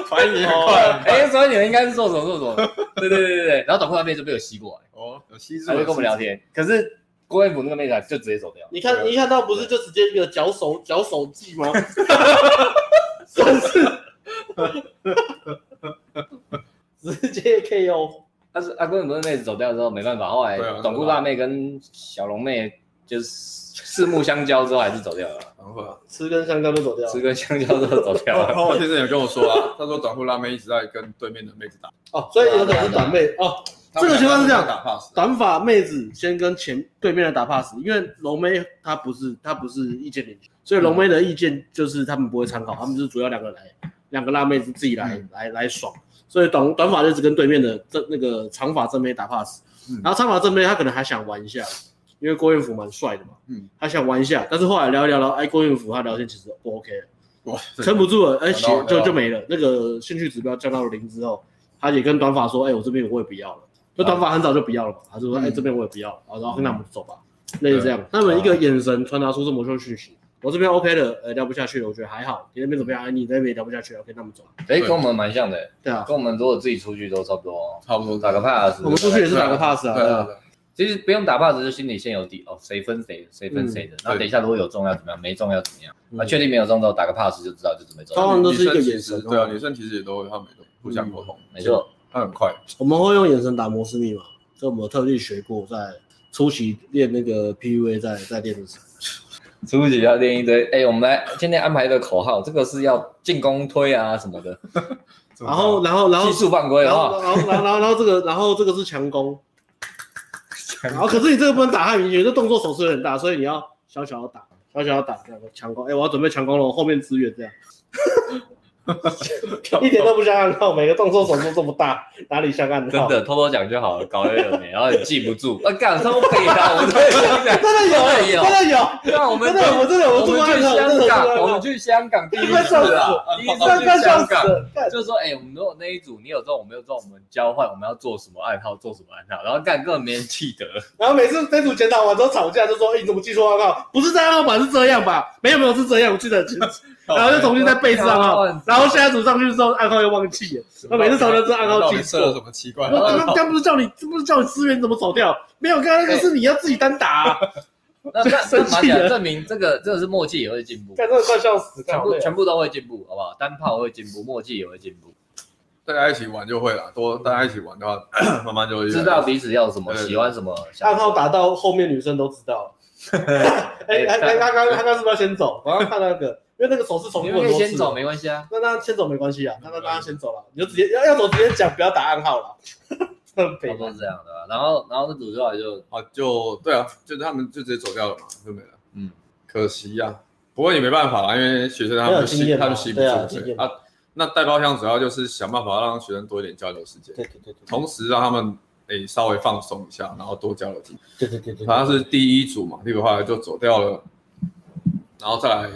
D: 反应也很
C: 哦
D: 快。
A: <laughs> 哎，所以你们应该是做什么做什么？对对对对对，然后短裤辣妹就被我吸过来，
D: 哦，有吸住
A: 她就跟我们聊，天，可是郭彦甫那个妹子啊就直接走掉。
C: 你看你一看到不是就直接一个脚手脚手技吗？真是，直接 KO。
A: 但是阿坤不是妹子走掉之后没办法，后来
D: 对啊
A: 短裤辣妹跟小龙妹就是四目相交之后还是走掉了，
D: 然后啊
C: 吃根香蕉就走掉。
A: 四根相交之后走掉
D: 然 <laughs>
A: 了。
D: 后我先生有跟我说啊，他说短裤辣妹一直在跟对面的妹子打，
C: 哦，所以有可能是短妹哦。
D: 他们
C: 这个情况是这样
D: 打 pass，的
C: 短发妹子先跟前对面的打 pass，因为龙妹她不是她不是意见领袖，所以龙妹的意见就是他们不会参考，他们就是主要两个来，两个辣妹子自己来、来来爽，所以短短发就只跟对面的这那个长发正妹打 pass，、
D: 嗯
C: 然后长发正妹她可能还想玩一下，因为郭彦甫蛮帅的嘛，
D: 嗯
C: 她想玩一下，但是后来聊一聊聊，哎，郭彦甫他聊天其实不 OK，
D: 哇，
C: 撑不住了，哎、
D: 聊
C: 血
D: 到
C: 就
D: 聊到
C: 就没了。那个兴趣指标降到零之后，他也跟短发说，哎、我这边我也不要了。就短发很早就不要了嘛，他就说，
D: 啊
C: 哎、
D: 嗯
C: 这边我也不要了，然后那我们走吧，类似这样。他们一个眼神传达出这么多讯息，我这边 OK 了，呃，聊不下去了，我觉得还好。你那边怎么样？哎，你那边也聊不下去，OK，那我们走。
A: 哎、跟我们蛮像的，
C: 对啊，
A: 跟我们如果自己出去都差不多，
D: 差不多
A: 打个 pass。
C: 我们出去也是打个 pass 啊，
D: 对
C: 对
D: 啊
C: 啊，
D: 对啊，
A: 其实不用打 pass 就心里先有底哦，谁分谁谁分谁的。然后等一下如果有中要怎么样，没中要怎么样。
C: 嗯
A: 那、啊确定没有中之后打个 pass 就知道就准备走
C: 当
A: 了。
C: 然都是一个
D: 女生
C: 眼神
D: 其
C: 哦
D: 实对啊，女生其实也都会，他们也都互相沟通，
A: 没错，
D: 他很快，
C: 我们会用眼神打摩斯密码，这我们有特地学过，在初期练那个 PUA 在在练的时候，
A: 初级要练一堆。哎、我们来今天安排一个口号，这个是要进攻推啊什么的，
C: 然后然后然后
A: 技术犯规
C: 然
A: 啊
C: 后，然后然后然后然后这个，然后这个是强攻，然后可是你这个不能打太明显，这动作手势很大，所以你要小小的打，小小的打这样强攻。哎、我要准备强攻了，我后面支援这样。一点都不像暗号，每个动作手势这么大，哪里像暗号？
A: 真的偷偷讲就好了，搞了有没？然后你记不
C: <laughs>
A: 住，啊，干超北啊！我真的
C: 真的有，
A: 真的有
C: 真的有，
A: 让我们
C: 真的我真的
A: 我
C: 我
A: 们
C: 做过暗
A: 去
C: 号，我真
A: 香
C: 的有做过
A: 港，我
C: 暗号
A: 们，去香港第一
C: 快笑死
A: 次啊，第一
D: 我
A: 次
D: 们
C: 干
A: 去
C: 干笑
A: 香
C: 死
A: 港。
C: 了，干
A: 就说，哎、我们如果那一组你有中，我没有中，我们交换，我们要做什么暗号，做什么暗号，然后干根本没人记得。
C: 然后每次这组检讨完之后吵架，就说：“哎、你怎么记错暗号？不是这样号码是这样吧？没有没有是这样，我记得很清
A: <laughs>
C: 楚。”
A: 哦
C: 然后就重新再背啊上
A: 啊
C: 号，然后下一组上去之后，暗号又忘记了。他每次常常是暗号
D: 到
C: 记
D: 底射了
C: 错。
D: 什么奇怪
C: 我？刚刚不是叫你，这不是叫你支援怎么走掉？没有，刚刚那个是你要自己单打、啊。
A: 那那
C: <laughs> 生
A: 那
C: 气
A: 马甲
C: 了
A: 证明这个这个是默契也会进步，
C: 看这个啊快笑死，
A: 全
C: 干
A: 部全部都会进步，好不好？单炮会
C: 嗯
A: 进步，默契也会进步，
D: 大家一起玩就会了，多大家一起玩的话， <clears throat> 慢慢就会越来
A: 知
D: 越
A: 道彼此要什么，
D: 对对对
A: 喜欢什么。想
C: 啊暗号打到后面女生都知
A: <laughs>
C: 道了。哎，哎哎，他刚他刚是不是要先走？我要看那个，因为那个手势重
A: 你
C: 复
A: 们
C: 很
A: 可以
C: 多
A: 先
C: 次
A: 走。没关系啊，
C: 那那先走没关系啊，那那那他先走了，你就直接要要走直接讲，不要打暗号 <laughs> 了。特
A: 差
C: 别
A: 不多是这样的啊。然后然后那组织来就
D: 啊，就对啊，就是他们就直接走掉了嘛，就没了。
A: 嗯，
D: 可惜呀、不过也没办法啦，因为学生他
C: 没
D: 们就
C: 有经
D: 吸
C: 验嘛
D: 他们吸不
C: 对啊
D: 住
C: 经
D: 对
C: 验
D: 啊。那带包厢主要就是想办法让学生多一点交流时间，
C: 对对对对
D: 同时让他们诶、稍微放松一下，然后多交流几次。
C: 对对对对，
D: 好像是第一组嘛，第五后来就走掉了，然后再来，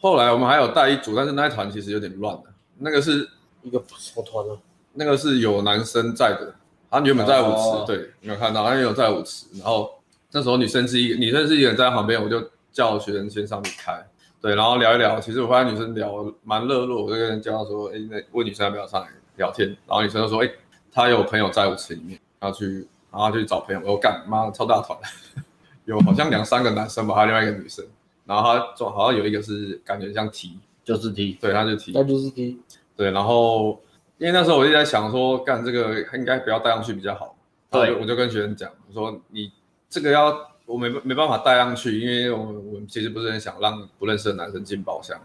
D: 后来我们还有带一组，但是那一团其实有点乱的，那个是
C: 一个什么团啊？
D: 那个是有男生在的，他原本在舞池，
A: 哦
D: 对，你有看到，他也有在舞池。然后那时候女生是一个女生是一个人在旁边，我就叫学生先上去开，对，然后聊一聊。其实我发现女生聊蛮热络，我就跟人家说，哎、那问女生要不要上来聊天，然后女生就说，哎、她有朋友在舞池里面，然后去，然后去找朋友。我说干妈的超大团， <laughs> 有好像两三个男生吧，还有另外一个女生，然后她总好像有一个是感觉像 T，
A: 就是踢，
D: 对，她就 T，
C: 那就是第一，
D: 对，然后因为那时候我一直在想说，干这个应该不要带上去比较好。
A: 对
D: 然后我就我就跟学生讲，我说你这个要我没没办法带上去，因为我们我们其实不是很想让不认识的男生进包厢，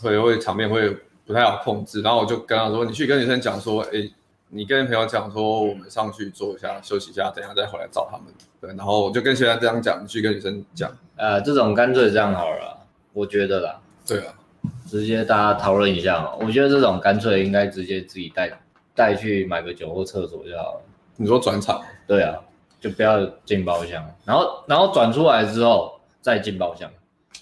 D: 会会场面会不太好控制。然后我就跟他说，你去跟女生讲说，哎，你跟朋友讲说我们上去坐一下休息一下，等一下再回来找他们。对，然后我就跟学生这样讲，你去跟女生讲。
A: 呃，这种干脆这样好了啦，我觉得啦，
D: 对啊，
A: 直接大家讨论一下嘛。我觉得这种干脆应该直接自己带带去买个酒或厕所就好了。
D: 你说转场，
A: 对啊，就不要进包厢，然后然后转出来之后再进包厢。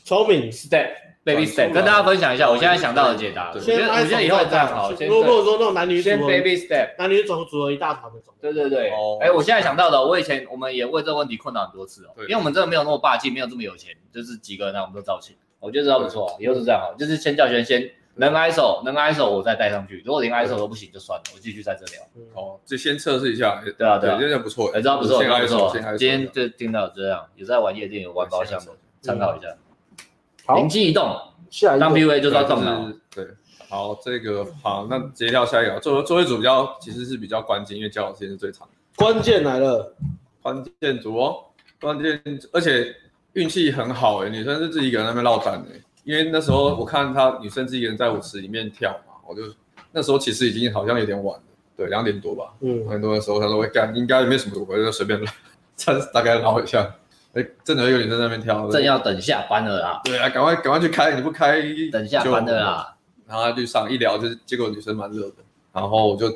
C: 聪明 step。
A: baby
D: 转出
A: step
D: 来哦
A: 跟大家分享一下，我现在想到的解答。我
D: 对
A: 觉得我觉得以后这样好，先
C: 如果说那种男女组
A: 先
C: 合，
A: baby step。
C: 男女组组合一大团的，
A: 对对对
D: 哦，
A: 哎，我现在想到的，我以前我们也为这个问题困扰很多次哦，
D: 对
A: 因为我们真的没有那么霸气，没有这么有钱，就是几个人那我们都造型，我觉得这招不错啊，以后是这样好，就是先叫学生先能 ISO 能 ISO 我再带上去，如果连 ISO 都不行就算了，我继续在这聊。
D: 哦，就先测试一下。
A: 对啊对啊
D: 真的不错，
A: 哎，这招不错，这
D: 先
A: 招
D: 挨
A: 不
D: 手，
A: 错
D: 先挨，手
A: 今天就听到这样，有在玩夜店有玩包厢的，参考一下，
C: 好
A: 灵，机一动，
C: 下一
A: 当
C: 个
A: PUA 就
D: 就是
A: 要动脑。
D: 嗯对，好，这个好，那直接跳下一个。作作为组比较其实是比较关键，因为交友时间是最长的。
C: 关键来了，
D: 关键组哦，关键，而且运气很好哎、女生是自己一个人在那边落单哎、因为那时候我看她女生自己一个人在舞池里面跳嘛，我就那时候其实已经好像有点晚了，对，两点多吧，
C: 嗯，
D: 很多的时候，他说会干，应该没什么，我就随 <laughs> 便来，大概捞一下。哎、真的有一个女生在那边跳，
A: 正要等下班了啦，
D: 对啊，赶快赶快去开，你不开
A: 等下啊班了。啦，
D: 然后他就上一聊，就是结果女生蛮热的，然后我就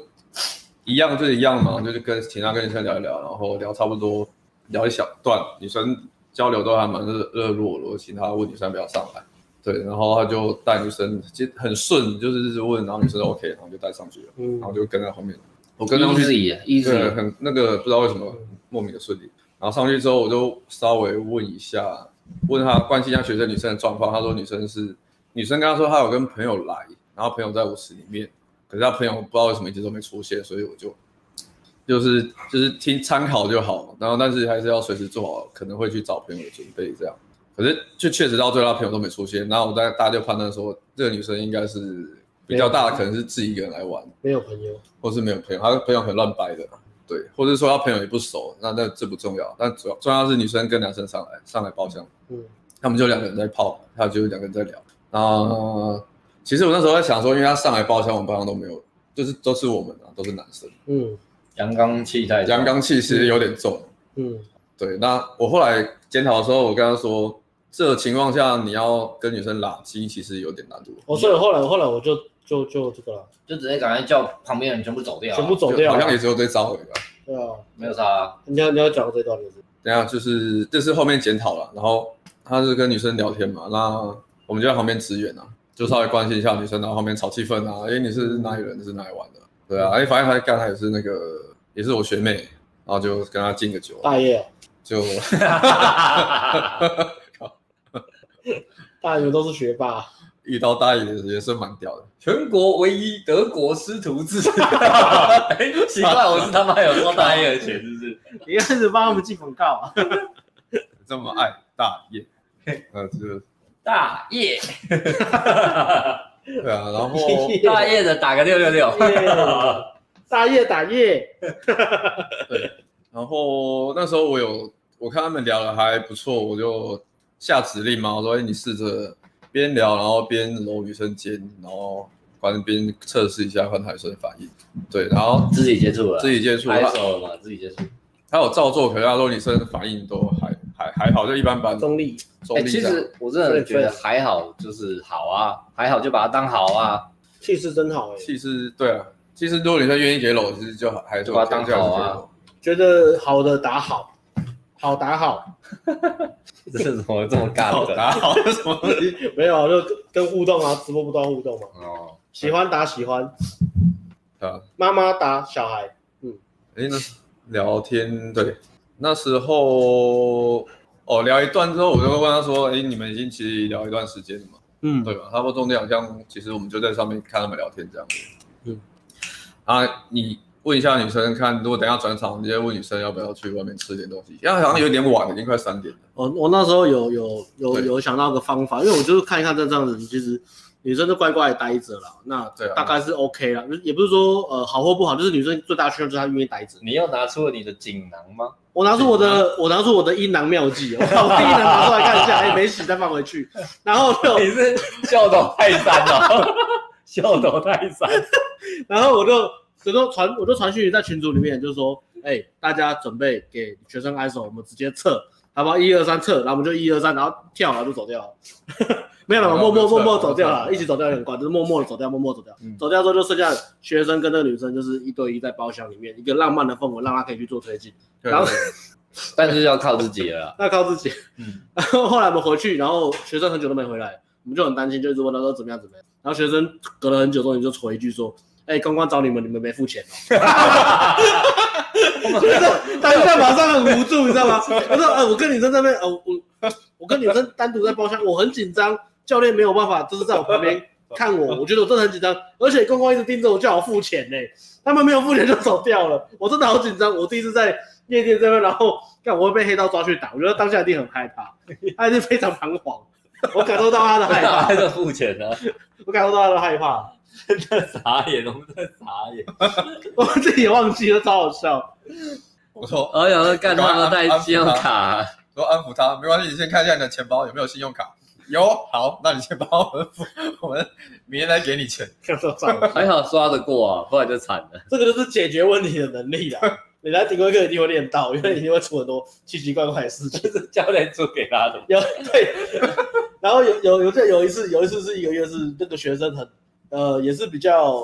D: 一样就是一样嘛，就是跟请他跟女生聊一聊，然后聊差不多聊一小段，女生交流都还蛮热热络的，我请他问女生要不要上来，啊对，然后他就带女生，其实很顺，就是问，然后女生 OK，然后就带上去了，
C: 嗯
D: 然后就跟在后面，我跟上去
A: easy
D: 对，
A: easy，
D: 很那个不知道为什么莫名的顺利。然后上去之后，我就稍微问一下，问他关心一下学生女生的状况。他说女生是女生，跟他说她有跟朋友来，然后朋友在舞池里面，可是他朋友不知道为什么一直都没出现，所以我就就是就是听参考就好。然后但是还是要随时做好可能会去找朋友的准备这样。可是就确实到最后，他朋友都没出现。然后我大大家就判断说，这个女生应该是比较大的，可能是自己一个人来玩。
C: 没有朋友，
D: 或是没有朋友，他朋友很乱掰的，对，或者说他朋友也不熟，那那这不重要，但主要重要是女生跟男生上来上来包厢，
C: 嗯，
D: 他们就两个人在泡，他就两个人在聊。然后其实我那时候在想说，因为他上来包厢，我们包厢都没有，就是都是我们啊，都是男生，
C: 嗯
A: 阳刚气太
D: 阳刚气其实有点重。
C: 嗯，
D: 对，那我后来检讨的时候，我跟他说，这个情况下你要跟女生拉筋，其实有点难度。
C: 我哦所以后来后来我就就就这个了，
A: 就直接赶快叫旁边人全部走掉啊，
C: 全部走
D: 就
C: 掉
D: 好像
C: 了
D: 也，只有这招而已吧。
C: 对啊，
A: 没有啥啊，
C: 你要你要讲这段也是，
D: 等一下就是这是后面检讨了，然后他是跟女生聊天嘛，那我们就在旁边支援啊，就稍微关心一下女生，然后旁边炒气氛啊，哎、你是哪里人，你是哪里玩的，对啊，哎、反正他干他也是那个也是我学妹，然后就跟她敬个酒，
C: 大业啊，
D: 就
A: 啊
C: 大家你们都是学霸，
D: 遇到大一的也是蛮屌的，全国唯一德国师徒制，
A: 哎奇怪，我是他妈有说大黑的钱是不是？
C: 你开始帮他们寄广告啊，
D: 这么爱，大业，呃，这个
A: 大业，
D: 对啊，然后
A: 大业的打个六六六，
C: 打夜打夜，
D: 然后那时候我有我看他们聊的还不错，我就下指令嘛，我说哎、你试着边聊然后边揉女生肩，然后关边测试一下看她有什么反应，对，然后
A: 自己接触了，
D: 自己接触，
A: 拍
D: 他
A: 手了嘛，自己接触。
D: 他有照做，可是他说女生反应都还还还好，就一般般。
C: 中立，
D: 中
A: 哎、
D: 立
A: 其
D: 这样
A: 实我真的觉得还好，就是好啊，还好就把它当好啊，
C: 气势真好哎、
D: 其实对啊，其实如果女生愿意给搂，其实就还还是
A: 就把
D: OK，
A: 它当
D: 这样
A: 好
D: 子
A: 啊
D: 就 OK。
C: 觉得好的打好，好打好，
A: 这是怎么这么尬
D: 好
A: 的？
D: 打好 <laughs> 是什么东西？
C: 没有啊就跟跟互动啊，直播不都要互动吗？
A: 哦，
C: 喜欢打喜欢，
D: 对啊，
C: 妈妈打小孩，
D: 哎，那聊天对，那时候哦聊一段之后，我就会问他说，哎，你们已经其实聊一段时间了嘛，
C: 嗯，
D: 对吧？他们中间好像其实我们就在上面看他们聊天这样子。
C: 嗯，
D: 啊，你问一下女生看，如果等一下转场，你就问女生要不要去外面吃点东西，因为好像有点晚了，已经快三点了。
C: 我哦我那时候有有有
D: 对
C: 有想到个方法，因为我就是看一看这这样子，其实女生就乖乖地待着了，那
D: 对啊
C: 大概是 OK 了，就是也不是说呃好或不好，就是女生最大需要就是她愿意待着。
A: 你又拿出了你的锦囊吗？
C: 我拿出我
D: 啊
C: 的我拿出我的阴囊妙计，我把我的阴囊拿出来看一下，哎、没洗再放回去，然后就
A: <laughs> 你是秀斗泰山
C: <laughs>
A: 哦，秀斗泰山，
C: 然后我就我就传我就传讯息在群组里面，就说，哎、大家准备给学生 ISO，我们直接测，好不好？一二三测，然后我们就一二三，然后跳，然后就走掉了。 <laughs> 没有了，
D: 好
C: 默默
D: 哦我们测
C: 默默走掉
D: 我们
C: 了，
D: 测
C: 一起走掉也很快，就是默默的走掉，默默地走掉，
D: 嗯
C: 走掉之后就剩下学生跟那个女生就是一对一在包厢里面，一个浪漫的氛围，让她可以去做推进，
D: 对
C: 然后
D: 对
A: 但是要靠自己了啦。
C: 那靠自己。
D: 嗯，
C: <laughs> 然后后来我们回去，然后学生很久都没回来，我们就很担心，就一直问他说怎么样怎么样。然后学生隔了很久，终于就回一句说：“哎、公关找你们，你们没付钱哦。” <laughs>
A: 我们
C: 就是当下马上很无助，你知道吗？我说，呃，我跟女生在那边，呃，我我跟女生单独在包厢，我很紧张，教练没有办法，就是在我旁边看我，我觉得我真的很紧张，而且公关一直盯着我叫我付钱呢、他们没有付钱就走掉了，我真的好紧张，我第一次在夜店这边，然后看我会被黑道抓去打，我觉得当下一定很害怕，他一定非常彷徨，我感受到他的害
A: 哪
C: 怕
A: 来，的哎付钱呢？
C: 我感受到他的害怕，
A: 傻眼，我们在傻眼。
C: <laughs> 我自己也忘记了，超好笑，
D: 我说
A: 我想说，哎干他们带信用卡，
D: 说安抚他，没关系，你先看一下你的钱包有没有信用卡。有，好，那你先帮我们付，我们明天再给你钱。
C: 感受到了。
A: 还好刷得过啊，不然就惨了。
C: <laughs> 这个就是解决问题的能力 <laughs> 啦。你来顶规课一定会练到，因为你一定会出很多奇奇怪怪的事情。
A: 是教练做给他的，
C: 有对， <laughs> 然后有有有这有一次有一次是一个月是那个学生很呃也是比较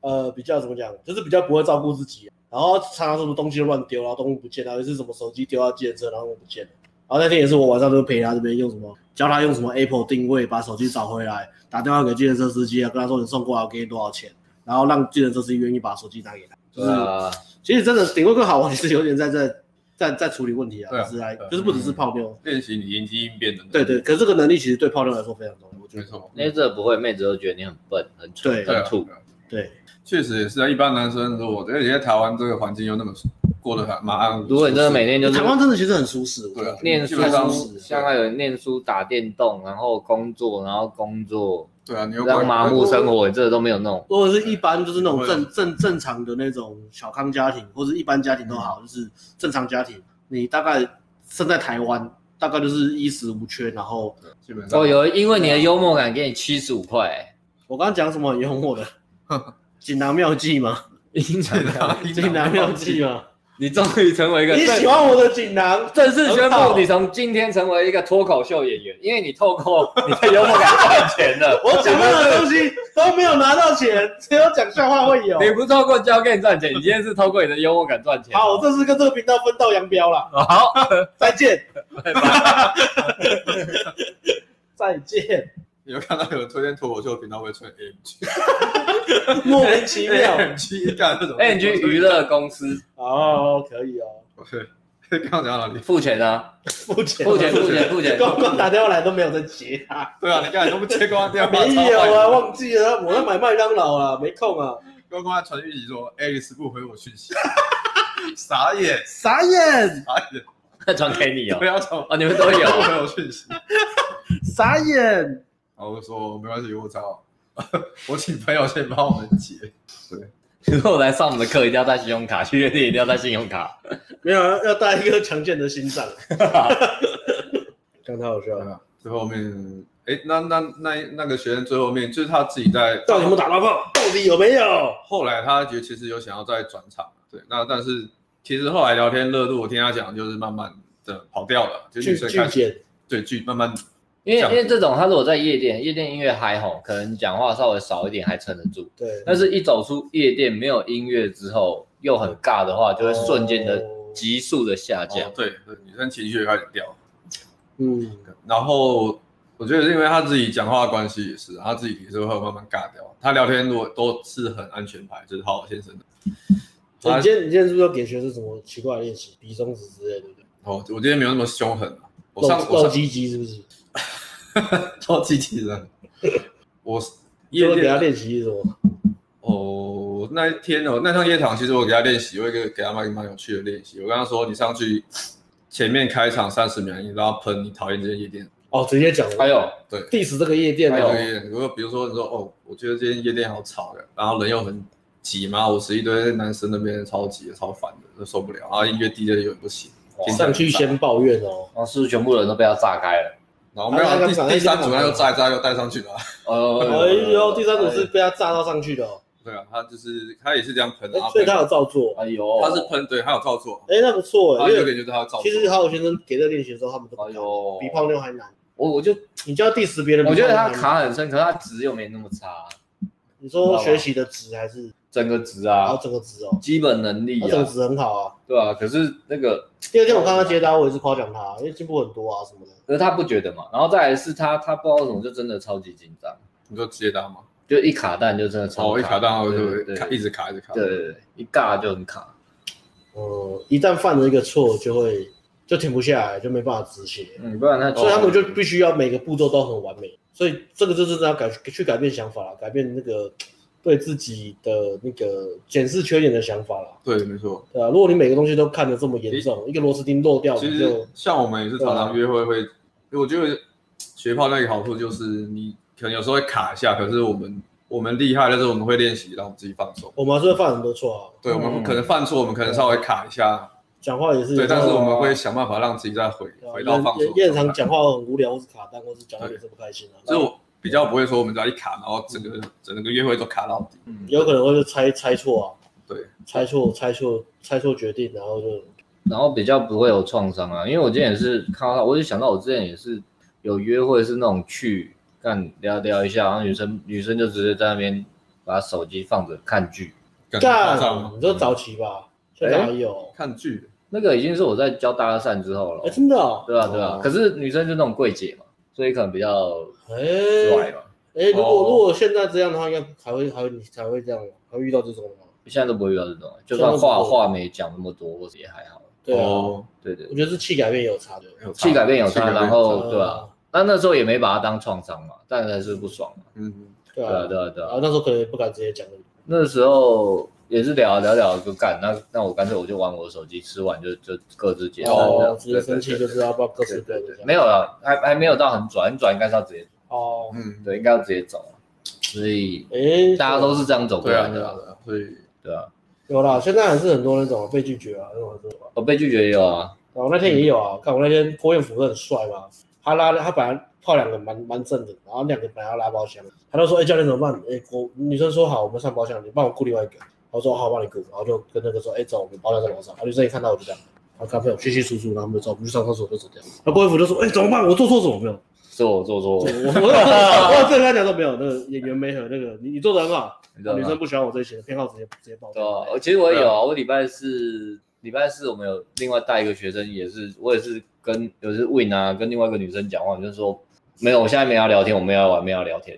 C: 呃比较怎么讲，就是比较不会照顾自己，啊然后常常什么东西都乱丢，然后东西不见，啊然后是什么手机丢到计程车，然后不见了。然后那天也是我晚上都陪他这边用什么教他用什么 Apple 定位把手机找回来，打电话给计程车司机啊，跟他说你送过来我给你多少钱，然后让计程车司机愿意把手机拿给他，就是。
A: 啊，
C: 其实真的顶规更好玩，其实有点在在在在处理问题啊，
D: 对啊
C: 就是来
D: 对啊
C: 就是不只是泡妞，
D: 练习你灵机应变的能力。
C: 对对，可是这个能力其实对泡妞来说非常重要，我觉
D: 没
C: 得
D: 错，
A: 那这不会，妹子都觉得你很笨、很蠢、
C: 对
D: 对
A: 很
D: 啊，
A: 土。
C: 对，
D: 确实也是啊。一般男生如果，而且在台湾这个环境又那么过得还蛮安稳，
A: 如果你真的每天就是
C: 台湾真的其实很舒适，我觉
D: 对
C: 得
D: 啊
A: 念
D: 基
A: 书
D: 本上，
A: 像那有人念书、打电动，然后工作，然后工作，
D: 对啊，你又
A: 让麻木生活，这都没有弄。
C: 如果是一般就是那种正正正常的那种小康家庭，或者一般家庭都好，就是正常家庭，你大概生在台湾，大概就是衣食无缺，然后
D: 基本上
A: 哦，有因为你的幽默感给你七十五块，
C: 我刚刚讲什么很幽默的，锦囊妙计吗？
A: 阴囊，
C: 锦囊妙计吗？
A: 你终于成为一个
C: 你喜欢我的锦囊？
A: 正式宣
C: 很好。
A: 布，你从今天成为一个脱口秀演员，因为你透过你的幽默感赚钱了
C: 我讲到的东西都没有拿到钱，只有讲笑话会有。
A: <laughs> 你不透过教给你赚钱，你今天是透过你的幽默感赚钱。
C: 好，这是跟这个频道分道扬镳了，
A: 哦好，
C: <laughs> 再见， <laughs> 再见，
D: 你有看到有人推荐脱口秀频道会穿 AMG，
C: 莫名其妙。
A: 哎
D: <laughs> AMG 干这种
A: A N G 哎娱乐公司
C: 哦，可以哦，
D: 对， <laughs> 刚刚讲到哪里？
A: 付钱 <laughs> 啊，
C: 付钱，
A: 付钱，付
C: <laughs>
A: 钱，付 <laughs> 钱。
C: 光光打电话来都没有人接
A: <laughs>
C: 啊，
D: 对啊，你看你都不接光电话，
C: 没
D: 超
C: 有
D: 坏
C: 啊，
D: 的
C: 忘记了，我在买麦当劳啊，没空啊，
D: 刚刚他传讯息说 Alice <laughs> 不回我讯息，傻眼
C: 傻眼，
D: 傻眼，
A: 传给你哦 <laughs>
D: 不。要吵，
A: 哦，你们都有 <laughs>
D: 我有讯息。
C: 傻眼，
D: 然后我就说没关系，我找， <laughs> 我请朋友先帮我们解。
A: 如果来上我们的课，一定要带信用卡，去夜店一定要带信用卡。
C: 没有啊要要带一个强健的心
A: <laughs>
C: 脏，这样太好笑
D: 对
C: 了。
D: 啊，最后面，哎，那那那那个学生最后面就是他自己在，
C: 到底有没有打到炮？到底有没有？
D: 后来他觉得其实有想要再转场，对，那但是其实后来聊天热度，我听他讲就是慢慢的跑掉了，就
C: 拒
D: 女生
C: 拒
D: 开始
C: 检，
D: 对拒慢慢
A: 因为
D: 这
A: 因
D: 样
A: 为这种，他如果在夜店，夜店音乐嗨吼，可能讲话稍微少一点还撑得住，
C: 对，
A: 但是一走出夜店没有音乐之后，又很尬的话，就会瞬间的
C: 哦
A: 急速的下降
D: 哦。对对，女生情绪也开始掉。
C: 嗯，
D: 然后我觉得是因为他自己讲话的关系也是，他自己也是会慢慢尬掉。他聊天如果都是很安全牌，就是好好先生的。
C: 你今天你今天是不是要给学生什么奇怪的练习，比中指之类的？
D: 哦，我今天没有那么凶狠啊，我
C: 露
D: 上我
C: 露
D: 上
C: 鸡鸡是不是？
D: 超机器人，我夜
C: 就会给他
D: 店
C: 练习什么？
D: 哦，那一天哦，那趟夜场其实我给他练习，我给给他蛮蛮有趣的练习。我跟他说，你上去前面开场三十秒，你让他喷你讨厌这些夜店。
C: 哦，直接讲，
A: 还有，
C: diss 这个夜店
D: 还有
C: 哦，
D: 夜店，如果比如说你说哦，我觉得今天夜店好吵呀，然后人又很挤嘛，我是一堆男生那边超挤的超烦的，都受不了，然后音乐低的有点不行，
A: 哇
D: 听起来
C: 上去先抱怨哦。
A: 然后是不是全部人都被他炸开了？
D: 然后没有
C: 啊那
D: 第
C: 那
D: 第三组他又炸一炸又带上去了，
A: 哦，
C: 哎呦，第三组是被他炸到上去的哦，
D: 对啊，他就是啊他也是这样喷，然
C: 哎
D: 后
C: 所以
D: 喷
C: 他有照做。
A: 哎呦，
D: 他是喷，对他有照做，
C: 哎，那不错
D: 他
C: 哎，
D: 啊有
C: 因
D: 点
C: 为
D: 就是他有照做
C: 其，实好友先生给这个练习的时候，他们都不
A: 哎
C: 敢
A: 呦，
C: 比泡妞还难。
A: 我我就
C: 你就要 diss 别人，
A: 我觉得他
C: 比泡妞还
A: 卡
C: 难，
A: 很深，可是他值又没那么差，
C: 你说学习的值还是
A: 整个值
C: 然
A: 啊
C: 后，整个值哦，
A: 基本能力
C: 他整个
A: 啊，
C: 值很好啊。
A: 对啊，可是那个
C: 第二天我看他接单，我也是夸奖他，因为进步很多啊什么的。
A: 可是他不觉得嘛，然后再来是他他不知道为什么就真的超级紧张，
D: 你说接单吗？
A: 就一卡蛋就真的超
D: 哦，一卡蛋我就
A: 对
D: 会
A: 对
D: 卡
A: 对
D: 一直卡一直卡，
A: 对对对，一尬就很卡，
C: 呃，一旦犯了一个错，就会就停不下来，就没办法止血，
A: 嗯，不然
D: 哦
A: 他
C: 所以他们就必须要每个步骤都很完美。所以这个就是要改去改变想法啦，改变那个对自己的那个检视缺点的想法啦，
D: 对，没错。
C: 对啊，如果你每个东西都看得这么严重，一个螺丝钉漏掉，
D: 其
C: 你
D: 实
C: 就
D: 像我们也是常常
A: 啊
D: 约会会，我觉得学泡那个好处就是你可能有时候会卡一下，可是我们我们厉害的是我们会练习，让我们自己放松。
C: 我们还是会犯很多错啊，
D: 对，我
A: 嗯
D: 们可能犯错，我们可能稍微卡一下，
C: 讲话也是
D: 对，但是
C: 有时候
D: 我们
A: 啊
D: 会想办法让自己再回
C: 对啊
D: 回到放松
C: 也。也很常
D: 所
C: 讲话很无聊，或是卡单，或是讲话也是不开心啊，
D: 以我比较不会说我们只要一卡，然后整个整个约会都卡到底。
A: 嗯
C: 有可能会猜猜错啊，
D: 对，
C: 猜错猜错猜错决定，然后就
A: 然后比较不会有创伤啊，因为我今天也是看到他，我就想到我之前也是有约会是那种去干聊聊一下，然后女生女生就直接在那边把手机放着看剧，
D: 感觉夸张吗
C: 干，你说早期
A: 嗯
C: 吧，现在还有，
D: 看剧，
A: 那个已经是我在教大二散之后了
C: 哎，，真的哦，
A: 对啊对啊
D: 哦，
A: 可是女生就那种柜姐嘛，所以可能比较拽
C: 哎
A: 吧，
C: 哎，如
D: 哦
C: 果如果现在这样的话，应该还会还会你才会这样吗，还会遇到这种吗？
A: 现在都不会遇到这种，啊就
C: 现在
A: 算
C: 都不会
A: 话话没讲那么多，或者也还好，
C: 对啊，
D: 哦，
A: 对对
C: 我，觉得是气改变也有差的，
D: 有差
A: 气改变有
D: 气改
A: 差，
D: 变
A: 然后对
C: 啊
A: 啊，那那时候也没把它当创伤嘛，但还是不爽嘛，
D: 嗯，
C: 对
A: 对啊
C: 啊，
A: 对啊对
C: 然
A: 啊
C: 后。那时候可能也不敢直接讲给你，
A: 那时候也是聊啊聊聊就干，那那我干脆我就玩我的手机，吃完就就各自结账这
C: 哦
A: 样，。
C: 直接生气就知道不知道各式各样的这样，
A: 没有了，还还没有到很转，很转应该是要直接
C: 哦，
D: 嗯，
A: 对，应该要直接走啊，所以
C: 哎，
A: 大家都是这样走过
D: 对啊，
A: 来
D: 对
A: 的啊，，
D: 啊对啊所以
A: 对啊。
C: 有啦，现在还是很多那种被拒绝啊，那种很多。
A: 我被拒绝也有啊，
C: 然后那天也有啊，看我那天郭彦甫不是很帅嘛，他拉他本来泡两个蛮蛮正的，然后两个本来要拉包厢，他就说：“哎、教练怎么办？哎、我女生说好，我们上包厢，你帮我雇另外一个。”我说：“好，我帮你雇。”然后就跟那个说：“哎、走，我们包厢在楼上。”然后女生一看到我就这样，然后看朋友稀稀疏疏，然后我们就走，我们去上厕所就走掉。然后郭彦甫就说：“哎、怎么办？我做错什么没有？” <laughs>
A: 是我做错
C: 我
A: 误，
C: 我我我正跟他讲说没有，那个演员没和那个你你做的很好，
A: 你知道
C: 女生
A: 吗？
C: 不喜欢我这一型的偏好直接直接爆
A: 对
C: 掉。
A: 啊，我其实我也有啊，我礼拜四礼拜四我们有另外带一个学生，也是我也是跟有时 Win 啊，跟另外一个女生讲话，我就说没有，我现在没有要聊天，我们要玩，没有要聊天，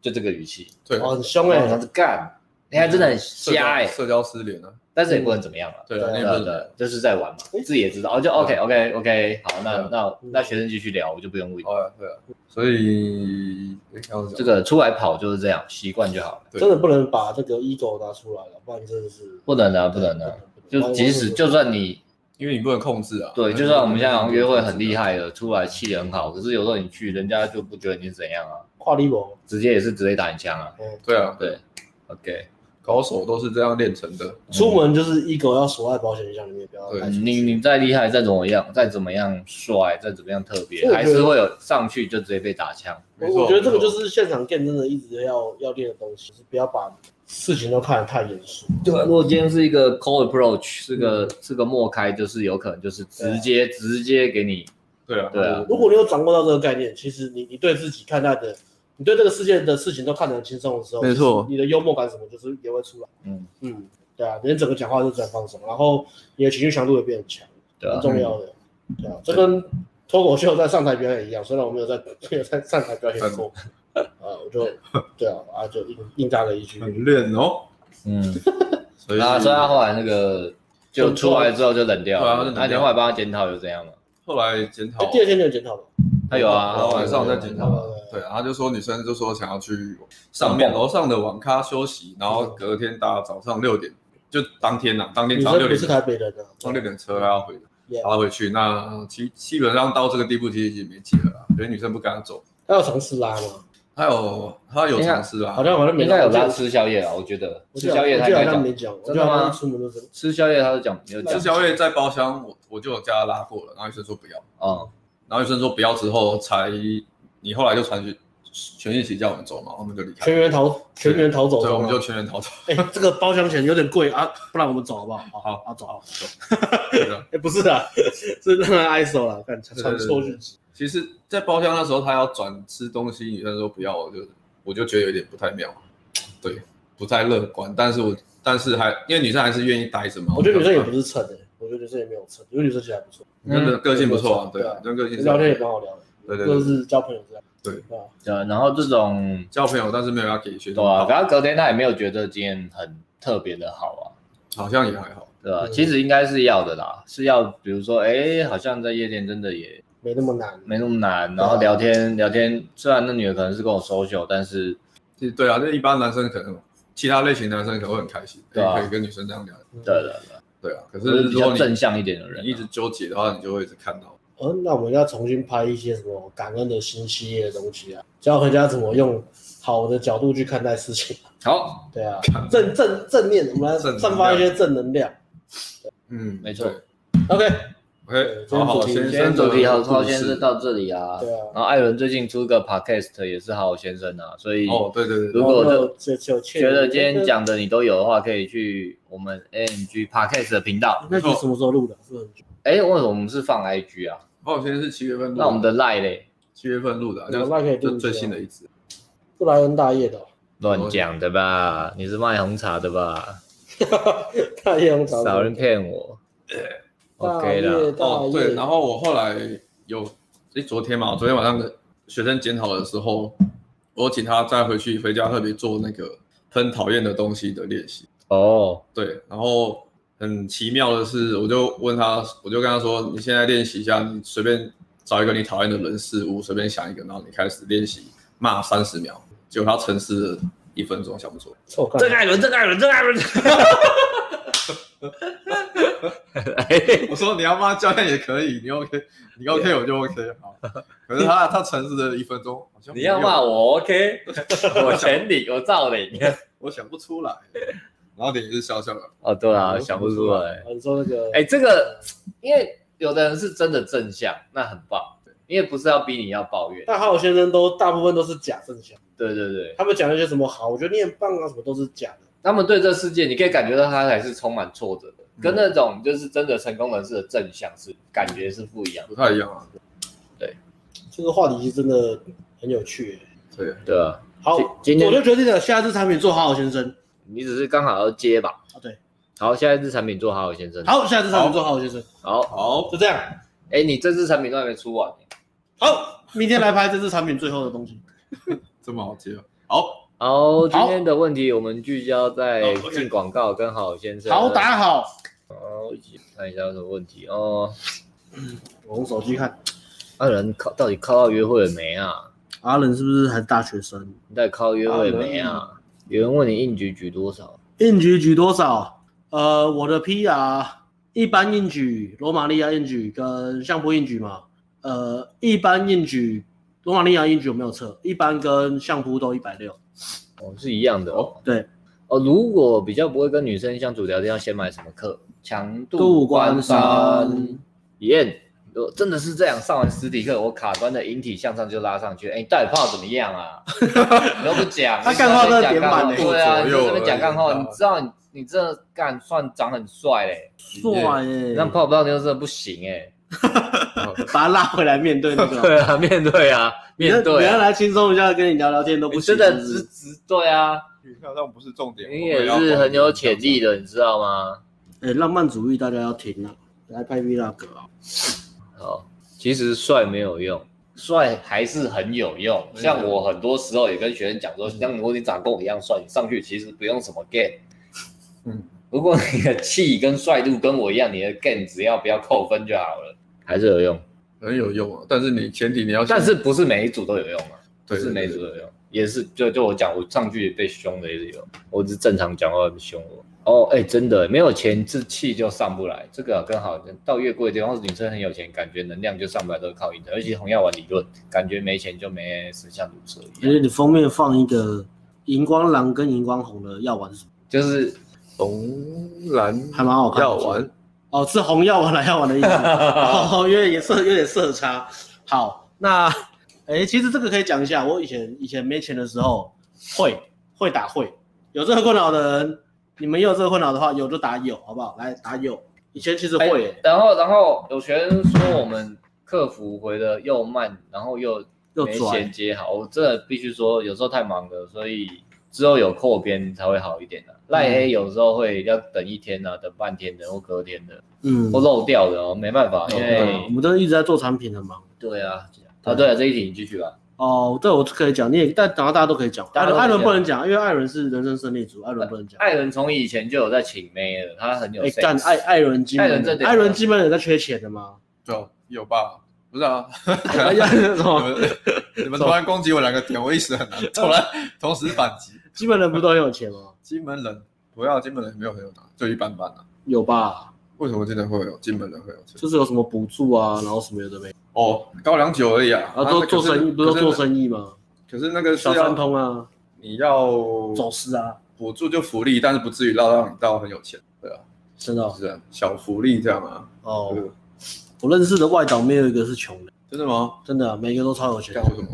A: 就这个语气。
D: 对，
C: 哦，很凶哎、
A: 对，啊他是干，你还真的很
D: 社
A: 瞎
D: 交
A: 哎、
D: 社交失联啊，
A: 但是也不能怎么样了。
D: 对啊，
C: 对啊
D: 那
A: 对
D: 也不
A: 对
D: 能
A: 对，就是在玩嘛，自己也知道，哦，就 OK OK OK，好，那
D: 对啊
A: 那那学生继续聊，我就不用问。
D: 哦，对啊，所以诶刚刚讲
A: 这个出来跑就是这样，习惯就好了，
D: 对
C: 真的不能
A: 啊
C: 把这个 ego 啊拿出来了，不然真的是
A: 不能的，不能的，就即使就算你
D: 因为你不能控制啊。
A: 对，就算我们现在好像约会很厉
D: 害。
A: 害了，出来气得很好，可是有时候你去，人家就不觉得你是怎样啊，
C: 跨立博，
A: 直接也是直接打你枪啊。
D: 对啊，
A: 对，OK，
D: 高手都是这样练成的。
C: 出门就是一狗要锁在保险箱里面，不要
D: 对
C: 带出去
A: 你你再厉害，再怎么样，再怎么样帅，再怎么样特别，还是会有上去就直接被打枪。
D: 没错
C: 我我觉得这个就
D: 没
C: 是现场店真的一直要要练的东西，就是不要把事情都看得太严肃。
A: 对，嗯如果今天是一个 cold approach，是个是个默开，就是有可能就是直接直接给你，
D: 错对啊，
A: 对啊
C: 如果你有掌握到这个概念，其实你你对自己看待的，你对这个世界的事情都看得很轻松的时候，
D: 没错
C: 其实你的幽默感什么就是也会出来。
A: 嗯，
C: 嗯，对啊，你整个讲话都转放松，然后你的情绪强度也变强，
A: 对
C: 很
A: 啊，
C: 重要的。对啊，这跟脱口秀在上台表演一样，虽然我没有在没有在上台表演过， <laughs> 啊，我就对啊啊就硬硬搭了一句，
D: 嗯很练哦。
A: 嗯，
D: 所以
A: 啊，所以他后来那个就出来之后就冷掉
D: 对啊就
A: 了
D: 冷，掉
A: 那你后来帮他检讨又怎样嘛？
D: 后来检讨
C: 哎，第二天就有检讨了。
A: 他有啊，
D: 然后
A: 他
D: 晚上我在检讨啊，
C: 对
D: 对，然后就说女生就说想要去上面楼上的网咖休息，然后隔天搭早上六点，就当天呐、当天
C: 啊女
D: 早上六
C: 生不是
D: 点，
C: 台北人啊，
D: 上六点车要回，
C: Yeah
D: 搭回去。那基基本上到这个地步，其实已经没解了啦，所以女生不跟他走。
C: 他有尝试拉吗？
D: 他有他有尝试啊
C: 好，像好像没
A: 应该有
C: 拉
A: 拉吃宵夜啊，我觉得
C: 我记
A: 吃
C: 得
A: 宵夜
C: 我
A: 他
C: 记
A: 应
C: 得
A: 该
C: 好像
A: 讲
C: 没讲，我
A: 真
C: 记
A: 的
C: 得
A: 吗
C: 好像出门都是
A: 吃宵夜他就讲没有
D: 吃
A: 讲
D: 宵夜在包厢，我我就有叫他拉过了，然后医生说不要，
A: 哦，
D: 然后医生说不要之后才你后来就传讯全讯息叫我们走嘛，我们就离开，
C: 全员逃全员逃走
D: 对，
C: 中啊，
D: 我们就全员逃走。 <laughs>
C: 哎、这个包厢钱有点贵啊，不然我们走好不好？好
D: 好
C: 啊，走。好
D: 对啊
C: 哎、不是啊， <laughs> 是让他 ISO 了，干传错日子。
D: 其实，在包厢那时候，他要转吃东西，女生说不要，我就我就觉得有点不太妙，对，不太乐观。但是我但是还因为女生还是愿意待着嘛，啊
C: 我觉得女生也
D: 就
C: 不是蹭的、我觉得女生也没有蹭，因为女生其实还不错，
D: 女生的个性不错啊，
C: 嗯
D: 对啊，女生个性是
C: 聊天也蛮好聊的，
D: 对对
C: 就
D: 对，
C: 是交朋友这样。
D: 对
C: 对吧？
A: 对啊，然后这种
D: 交朋友，但是没有要给学
A: 对
D: 生，
A: 啊，然后隔天他也没有觉得今天很特别的好啊，
D: 好像也还好，
A: 对吧、
C: 嗯
A: 其实应该是要的啦，是要比如说，哎，好像在夜店真的也
C: 没那么难。
A: 没那么难，然后聊天聊天，虽然那女的可能是跟我 social，但是
D: 其实对啊，就一般男生可能其他类型男生可能会很开心，
A: 对啊
D: 可以跟女生这样聊，
C: 嗯
A: 对的，对
D: 对啊。可
A: 对就是是比
D: 如果
A: 较
D: 你
A: 正向一点的人啊、
D: 你一直纠结的话，你就会一直看到。
C: 呃，那我们要重新拍一些什么感恩的新系列的东西啊，教人家怎么用好的角度去看待事情。
A: 好，
C: 对啊，正正正面，我们来
D: 正能量
C: 散发一些正能量。
D: 嗯，
A: 没错
D: 对。
C: OK，
D: OK，
C: 今天
D: 好好
C: 主题
D: 先
A: 今
D: 生
A: 天
D: 的
A: 主题好好
D: 故
A: 先
D: 事
A: 生到这里啊，
C: 对啊
A: 然后艾伦最近出个 podcast 也是好好先生啊，所以
D: 哦，对对对
A: 如
D: 对，
A: 果
C: 然后就就
A: 觉得今天讲的你都有的话，可以去我们 AMG Podcast 的频道。
C: 那集什么时候录的？是很久。
A: 哎，为什么我们是放 IG 啊？
D: 好好先生是七月份录的，
A: 那我们的 Line 嘞？
D: 七月份录的啊，
C: 有那可以
D: 就
C: 录
D: 就最
C: 一下
D: 新的一支。
C: 布莱恩大业的哦， <laughs>
A: 乱讲的吧？你是卖红茶的吧？
C: 大业红茶
A: 少人骗我。
C: 大
A: OK
C: 业
A: 啦，
C: 大
D: 哦，
C: 业
D: 对，然后我后来有，诶，昨天嘛，昨天晚上学生检讨的时候，我请他再回去回家特别做那个喷讨厌的东西的练习。
A: 哦，
D: 对，然后很奇妙的是，我就问他，我就跟他说，你现在练习一下，你随便找一个你讨厌的人事物，随便想一个，然后你开始练习骂三十秒，结果他沉思了一分钟想不出来。
C: 臭干
A: 郑艾伦，郑艾伦，郑艾伦。哎
D: <laughs> 我说你要骂教练也可以，你 OK，你 OK 我就 OK 好。可是他他沉思了一分钟，好像
A: <laughs> 你要
D: 没有
A: 骂我 OK，我全领，我照领。
D: 我想不出来，然后脸也是笑笑的。
A: 哦，对啊，想不出来。
C: 啊你说那个
A: 哎，这个，因为有的人是真的正向，那很棒，因为不是要逼你要抱怨。
C: 但还有先生都大部分都是假正向，
A: 对对对，
C: 他们讲那些什么好，我觉得你很棒啊，什么都是假的。
A: 他们对这世界，你可以感觉到他还是充满挫折的，
D: 嗯
A: 跟那种就是真的成功人士的正向是感觉是不一样的。
D: 不太一样啊。
C: 这个话题真的很有趣。哎
D: 对，
A: 对啊，
C: 好，
A: 今今天
C: 我就决定了，下次产品做好好先生。
A: 你只是刚好要接吧？
C: 啊，对，
A: 好，下一支产品做好好先生。，
C: 好，下次产品做好好先生，
A: 好，
D: 好，
C: 就这样。
A: 哎，你这支产品都还没出完。
C: 好，明天来拍这次产品最后的 <laughs> 东西。
D: 这么好接啊。好，
A: 好，今天的问题我们聚焦
D: 好
A: 在
D: ，OK
A: 进广告跟好好先生。
C: 好，大。家好。
A: 好，一起看一下有什么问题哦。
C: 我用手机看，
A: 阿仁靠，到底靠到约会了没啊？
C: 阿伦是不是还是大学生？
A: 你到底靠约会了没啊？有人问你应局举多少？
C: 硬局局多少？呃，我的 PR 一般硬举、罗马尼亚硬举跟相扑硬举嘛。呃，一般硬举、罗马尼亚硬举我没有测，一般跟相扑都一百六。
A: 哦，是一样的哦。
C: 对，
A: 哦，如果比较不会跟女生相处聊天，要先买什么课？强
C: 杜
A: 度
C: 关
A: 关
C: 山
A: 山。验。如果真的是这样，上完实体课，我卡关的引体向上就拉上去。哎、你到底泡怎么样啊？你都不
C: <laughs>
A: 讲，
C: 他
A: 你在
C: 干话
A: 那边
C: 都是
A: 讲
C: 点
A: 干
C: 满
A: 话
C: 的
A: 对啊，你在
D: 左右
A: 这边讲干话，
D: 而已
A: 你知道你你这干算长很帅嘞、
C: 帅欸耶、
A: 那泡不到妞真的不行哎、
C: 把他拉回来面对那个。
A: 对啊，面对啊， <laughs> 面
C: 你
A: 对
C: 要你要
A: 啊，
C: 来轻松一下，跟你聊聊天都不
A: 你
C: 行。
A: 真的
C: 是不
A: 直
C: 是
A: 直对啊，
D: 好像不是重点。
A: 你也是很有潜力
D: 的。
A: 的，你知道吗？
C: 哎、浪漫主义大家要停啊，来拍 vlog 啊。
A: 好，其实帅没有用，帅还是很有用。像我很多时候也跟学生讲说，像如果你长跟我一样帅，你上去其实不用什么 gain。
D: 嗯，
A: 如果你的气跟帅度跟我一样，你的 gain 只要不要扣分就好了，还是有用。
D: 很有用啊，但是你前提你要先，
A: 但是不是每一组都有用啊？不
D: 对
A: 是每一组都
D: 对
A: 有用，也是就就我讲，我上去被凶的也是有，我只是正常讲话被凶我。哦，哎、真的没有钱，这气就上不来。这个、啊、跟好到越贵的地方，女生很有钱，感觉能量就上不来，都是靠运的。而且红药丸理论，感觉没钱就没事，像毒蛇一
C: 而
A: 样，
C: 且你封面放一个荧光蓝跟荧光红的药丸是什么？
A: 就是 <laughs>
D: 红蓝
C: 还蛮好看的
D: 药丸，
C: 哦，是红药丸蓝药丸
A: <laughs>
C: 的意思。
A: 啊
C: <laughs> 哦，有点也色，有点色差。好，那哎、其实这个可以讲一下。我以前以前没钱的时候，会会打会。有这个困扰的人，你们也有这个困扰的话，有就打有，好不好？来打有。以前其实会、
A: 哎然后然后有学生说我们客服回的又慢，然后又
C: 又
A: 没
C: 拽
A: 衔接好，我真的必须说有时候太忙了，所以之后有扩编才会好一
C: 嗯
A: 点的、啊赖黑有时候会要等一天啊，等半天的或隔天的，
C: 嗯，
A: 或漏掉的哦，没办法，因
C: 对啊
A: 为
C: 我们都一直在做产品的嘛。
A: 对啊，啊对啊，这一题你继续吧。
C: 哦，对，我可以讲，你也，但等到大家都可以讲。
A: 大
C: 艾
A: 家都可以讲
C: 伦，艾伦不能讲，因为艾伦是人生胜利组，艾伦不能讲。
A: 艾伦从以前就有在请妹了，他很有
C: 哎，
A: sense
C: 干艾艾伦金门
A: 艾伦这
C: 人，
A: 点
C: 艾伦金门人在缺钱
A: <laughs>
C: 的吗？
D: 有啊有吧？不是啊，
C: <laughs> 哎呀，
D: <laughs>
C: 什
D: 你
C: <laughs> 么？
D: 们你们突然攻击我两个点，我一时很难，突然
C: <laughs>
D: 同时反击。
C: 金门人不都很有钱吗？
D: 金门人不要，金门人没有很有拿，就一般般啊。
C: 有吧？
D: 为什么真的会有金门人会有钱？
C: 就是有什么补助啊，然后什么有的没，
D: 哦，高粱酒而已啊。
C: 然后都做生意，不是都做
D: 意？
C: 生意吗？
D: 可是那个是嗯
C: 小三
D: 要
C: 通啊，
D: 你要
C: 走私啊，
D: 补助就福利，但是不至于让让你到很有钱，对啊，
C: 真的哦
D: 是啊，小福利这样啊。
C: 哦
D: 对不对
C: 我认识的外岛没有一个是穷的，
D: 真的吗？
C: 真的啊、每个都超有钱
D: 干，为什么？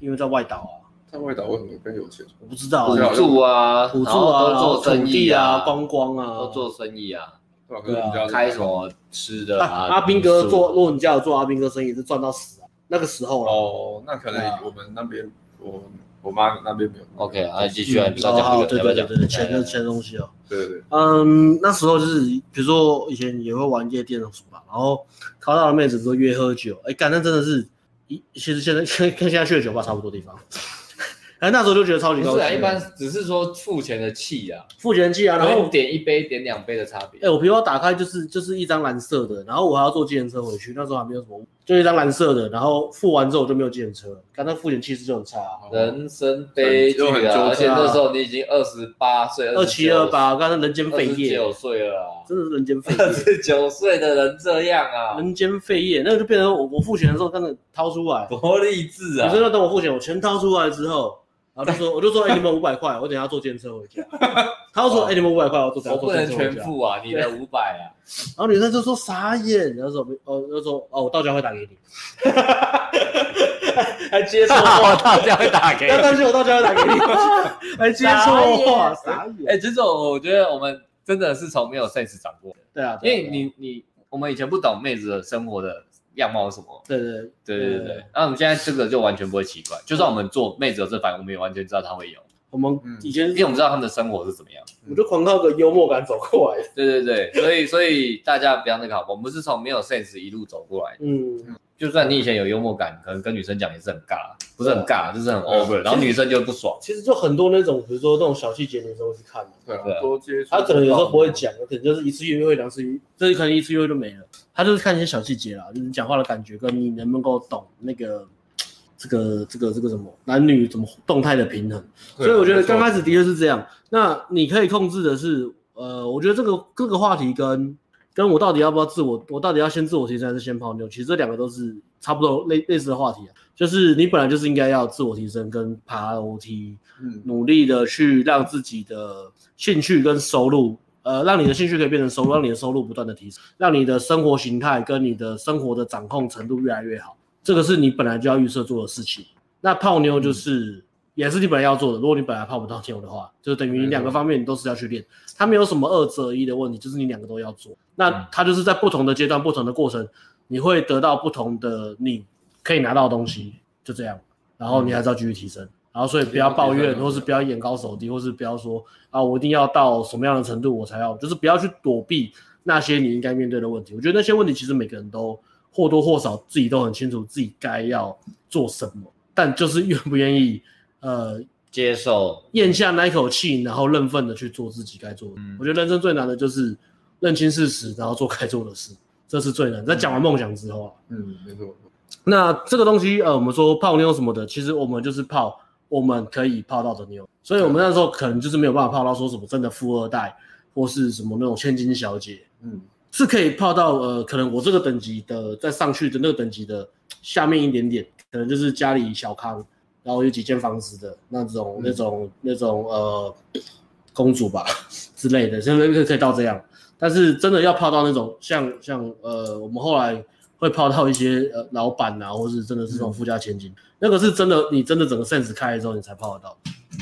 C: 因为在外岛啊，
D: 在外岛为什么更有钱？
C: 我不知道
A: 补
D: 不知道
C: 啊，
A: 助啊，
C: 补助
A: 然后
C: 啊，然
A: 都
C: 后
A: 做生
C: 土
A: 意
C: 地啊，观光啊，
A: 都做生意啊，
D: 对啊，可
C: 对
D: 是
C: 啊
D: 你家
A: 开什么吃的
C: 啊
A: 啊？
C: 阿兵
A: 民
C: 哥
A: 宿
C: 做，如果你叫我做阿兵哥生意是赚到死啊，那个时候啊，
D: 哦，那可
C: 对啊
D: 能我们那边，我我妈那边没有。
A: OK 啊，继续啊，
C: 嗯
A: 你不要
C: 哦
A: 讲
C: 好，
A: 这个，
C: 对
A: 要不要讲
C: 对对对，钱
A: 来
C: 的
A: 来
C: 钱的东西哦，
D: 对对对，
C: 嗯，那时候就是比如说以前也会玩夜店什么吧，然后考到的妹子都约喝酒，哎、干那真的是，一其实现在跟跟现在去的酒吧差不多地方， <laughs> 哎那时候就觉得超级高
A: 不
C: 级
A: 是啊，一般只是说付钱的气啊，
C: 付钱器啊，然
A: 然
C: 后
A: 后点一杯、点两杯的差别
C: 哎、。我皮包打开就是就是一张蓝色的，然后我还要坐计程车回去，那时候还没有什么，就一张蓝色的，然后付完之后我就没有计程车了，干那付钱气势就很差、啊，
A: 人生悲剧
D: 就很纠结
A: 啊！
D: 啊
A: 而且那时候你已经二十八岁、
C: 二七二、八，刚才人间
A: 二
C: 废
A: 十
C: 业，
A: 九岁了啊！
C: 真的是人间废
A: 二 <laughs>
C: 业。
A: 十九岁的人这样啊，
C: 人间废业，那个就变成我我付钱的时候，真的掏出来，
A: 多励志
C: 女
A: 啊
C: 生！要等我付钱，我全掏出来之后，然后就说，我就说，哎、你们五百块，我等一下坐电车回家。他就说，哎、你们五百块，我坐等
A: 我
C: 一下坐
A: 不
C: 电
A: 能
C: 车回
A: 全
C: 家。
A: 付啊，你的五百啊，
C: 然后女生就说傻眼，然后说，哦，就说，哦，我到家会打给你，还接错 <laughs> 话，
A: 到底会打给
C: 不要担心，我到家会打给你，还接错话，傻
A: 傻
C: 眼。
A: <laughs> 哎，其实我我觉得我们真的是从没有 sense 长过，
C: 对啊，
A: 因
C: 对
A: 为
C: 啊
A: 你你我们以前不懂妹子的生活的样貌是什么。
C: 对对
A: 对对对对，那我们现在这个就完全不会奇怪，就算我们做妹子有这反应，我们也完全知道她会有，
C: 我们
D: 嗯
C: 以前
A: 因为我们知道她们的生活是怎么样。
C: 我就狂靠个幽默感走过来，
A: 对对对，所以所以大家不要那个好不好，我们是从没有 sense 一路走过来的。
C: 嗯，
A: 就算你以前有幽默感，可能跟女生讲也是很尬，不是很尬，就是很
C: 哦
A: over，然后女生就会不爽。
C: 其实就很多那种，比如说那种小细节，女生会去看的。
D: 对
A: 对啊
D: 啊，多接触。
C: 他可能有时候不会，讲，有可能就是一次约会、两次约，就是可能一次约会就没了。他就是看一些小细节啦，就是你讲话的感觉跟你能不能够懂那个这个这个这个什么男女怎么动态的平衡。
D: 啊
C: 所以我觉得刚开始的确是这样。那你可以控制的是，呃，我觉得这个这个话题跟跟我到底要不要自我，我到底要先自我提升还是先泡妞，其实这两个都是差不多类类似的话题啊。就是你本来就是应该要自我提升跟爬楼梯，
D: 嗯，
C: 努力的去让自己的兴趣跟收入，呃，让你的兴趣可以变成收入，让你的收入不断的提升，让你的生活形态跟你的生活的掌控程度越来越好。这个是你本来就要预设做的事情。那泡妞就是、也是你本来要做的，如果你本来泡不到妞的话，就等于你两个方面你都是要去练，它没有什么二择一的问题，就是你两个都要做。那
A: 嗯
C: 它就是在不同的阶段、不同的过程，你会得到不同的你可以拿到的东西，就这样。然后你还是要继续提升，然后所以不要抱
D: 提
C: 怨，
D: 升
C: 或是不要眼高手低，或是不要说啊，我一定要到什么样的程度我才要，就是不要去躲避那些你应该面对的问题。我觉得那些问题其实每个人都或多或少自己都很清楚自己该要做什么，但就是愿不愿意呃
A: 接受
C: 咽下那一口气，然后认份的去做自己该做的。
A: 嗯
C: 我觉得人生最难的就是认清事实，然后做该做的事，这是最难。在讲完梦想之后啊，
D: 嗯，没错，
C: 那这个东西，呃，我们说泡妞什么的，其实我们就是泡我们可以泡到的妞，所以我们那时候可能就是没有办法泡到说什么真的富二代或是什么那种千金小姐，
D: 嗯，
C: 是可以泡到呃，可能我这个等级的再上去的那个等级的下面一点点，可能就是家里小康，然后有几间房子的那种、
D: 嗯
C: 那种那种呃公主吧之类的，现在可以可以到这样。但是真的要泡到那种像像呃，我们后来会泡到一些呃老板啊，或是真的是这种富家千金，那个是真的，你真的整个 sense 开了之后，你才泡得到，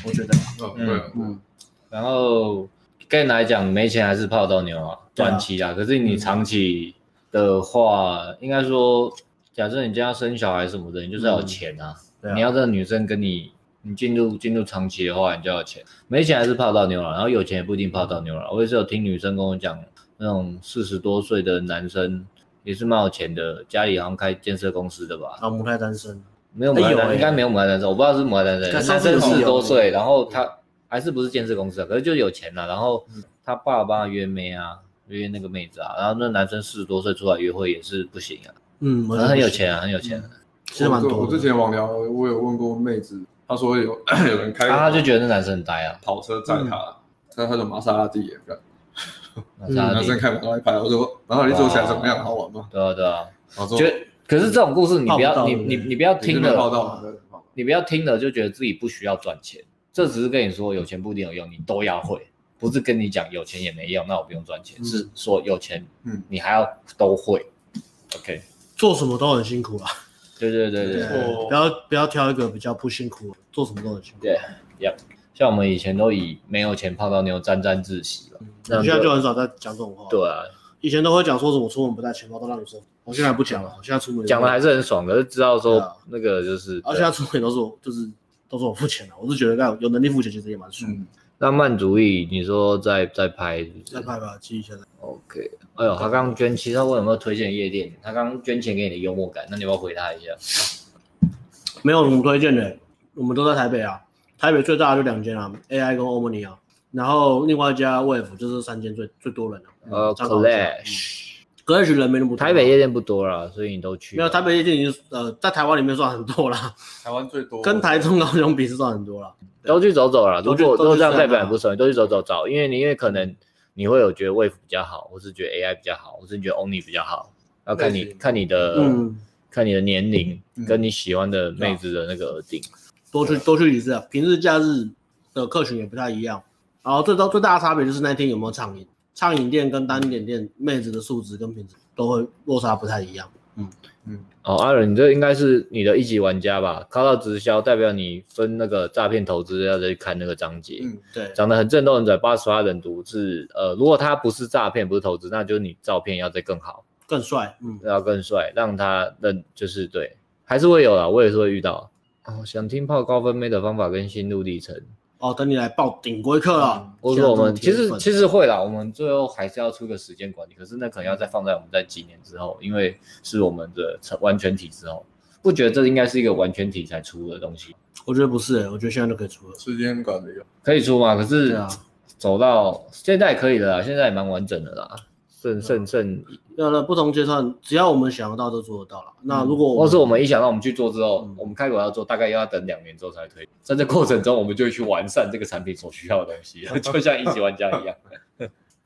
C: 我觉得。
D: 哦，
A: 嗯
D: 对啊，
C: 嗯，
A: 然后跟你来讲，没钱还是泡到牛啊，
C: 对啊
A: 短期啊。可是你长期的话，应该说，假设你将要生小孩什么的，你就是要有钱啊。
C: 对啊
A: 你要这个女生跟你，你进入进入长期的话，你就要有钱。没钱还是泡到牛了，然后有钱也不一定泡到牛了。我也是有听女生跟我讲，那种四十多岁的男生也是蛮有钱的，家里好像开建设公司的吧，
C: 然后母胎单身，
A: 没有母
C: 哎
A: 胎
C: 有
A: 单
C: 欸
A: 身，应该没有母胎单身，我不知道是母胎单身。
C: 看上
A: 男生
C: 次有
A: 四十多
C: 有
A: 岁，然后他还是不是建设公司啊？可是就是有钱了、然后他爸爸帮他约妹啊，约那个妹子啊，然后那男生四十多岁出来约会也是不行啊，
C: 嗯，我
A: 可是很有，钱啊，很有钱啊、
C: 其实蛮多的
D: 我我之前网聊，我有问过妹子，她说有 <clears throat> 有人
C: 嗯
D: 开
A: 然啊后他就觉得那男生很呆啊，
D: 跑车载她，那她就玛莎拉蒂耶，干
C: 嗯
A: 那是他的
D: 男生
A: 弟
D: 开玛莎拉蒂，我说玛莎拉蒂坐起来怎么样，好玩吗？
A: 对啊啊对啊，
D: 我说
A: 觉得可是这种故事你不
C: 泡不
A: 要
C: 到
A: 你
C: 对不
A: 你
C: 对
A: 你不要听
D: 了报
A: 了，
D: 道，对报道
A: 你不要听了就觉得自己不需要赚钱，这只是跟你说有钱不一定有用，你都要会。不是跟你讲有钱也没用，那我不用赚钱，
D: 嗯
A: 是说有钱，
D: 嗯
A: 你还要都会，OK，
C: 做什么都很辛苦啦。啊
A: 对对对对，
D: 对
C: 不要不要挑一个比较不辛苦，做什么都很辛苦。
A: 对像我们以前都以没有钱泡到妞沾沾自喜了。
C: 嗯我现在就很少在讲这种话。，
A: 对啊，
C: 以前都会讲说什么出门不带钱包都让女生，我现在不讲了，我现在出门也
A: 讲的还是很爽，可是知道
C: 对啊
A: 说那个就是
C: 而且他出门都是我就是都是我付钱的，我是觉得干有能力付钱其实也蛮爽。
D: 嗯，
A: 浪漫主义，你说在在拍是不是
C: 再拍吧，记一下来。
A: OK，哎呦，他刚刚捐，其实他问有没有推荐夜店，他刚刚捐钱给你的幽默感，那你要不要回他一下？
C: 没有什么推荐的，我们都在台北啊。台北最大的就两间啊，AI 跟 Omni 啊，然后另外一家 Wave 就是三间最最多人了、啊。
A: 呃
C: 张老师
A: ，Clash，
C: 格瑞人没那么多，啊
A: 台北夜店不多啦，所以你都去
C: 没有台北夜店已经呃在台湾里面算很多啦，
D: 台湾最多，
C: 跟台中、高雄比是算很多啦。
A: 都去走走啦。
C: 都
A: 如
C: 去
A: 果
C: 都
A: 都
C: 去
A: 这样
C: 散
A: 代表
C: 啊
A: 也不熟，你都去走走找，因为你因为可能你会有觉得 Wave 比较好，或是觉得 AI 比较好，或是觉得 Only 比较好，要看你
D: 类型
A: 看你的
C: 嗯，
A: 看你的年龄
D: 嗯
A: 跟你喜欢的妹子的那个耳钉。
C: 多去多去几次啊。平日假日的客群也不太一样。然后最大最大的差别就是那天有没有畅饮，畅饮店跟单点店妹子的素质跟品质都会落差不太一样。
A: 哦，阿仁，你这应该是你的一级玩家吧？靠到直销，代表你分那个诈骗投资要再去看那个章节。
D: 嗯，
C: 对，
A: 讲得很正都很准，八十八人读是呃，如果他不是诈骗，不是投资，那就是你照片要再更好，
C: 更帅。嗯，
A: 要更帅，让他认就是对，还是会有啦，我也是会遇到。哦，想听泡高分妹的方法跟心路历程，
C: 哦，等你来报顶规课了。
A: 嗯或者说我们其
C: 现在这
A: 实
C: 种铁粉
A: 其实会啦，我们最后还是要出个时间管理，可是那可能要再放在我们在几年之后，因为是我们的成完全体之后，不觉得这应该是一个完全体才出的东西，
C: 我觉得不是、欸，我觉得现在就可以出了。
D: 时间管理啊，
A: 可以出吗？可是嗯
C: 对啊，
A: 走到现在可以了啦，现在也蛮完整的啦，剩剩剩，
C: 要了不同阶段，只要我们想得到就做得到了。那如果我
A: 嗯或是我们一想到我们去做之后，
C: 嗯
A: 我们开口要做，大概又要等两年之后才推，在这过程中我们就会去完善这个产品所需要的东西，就像一级玩家一样。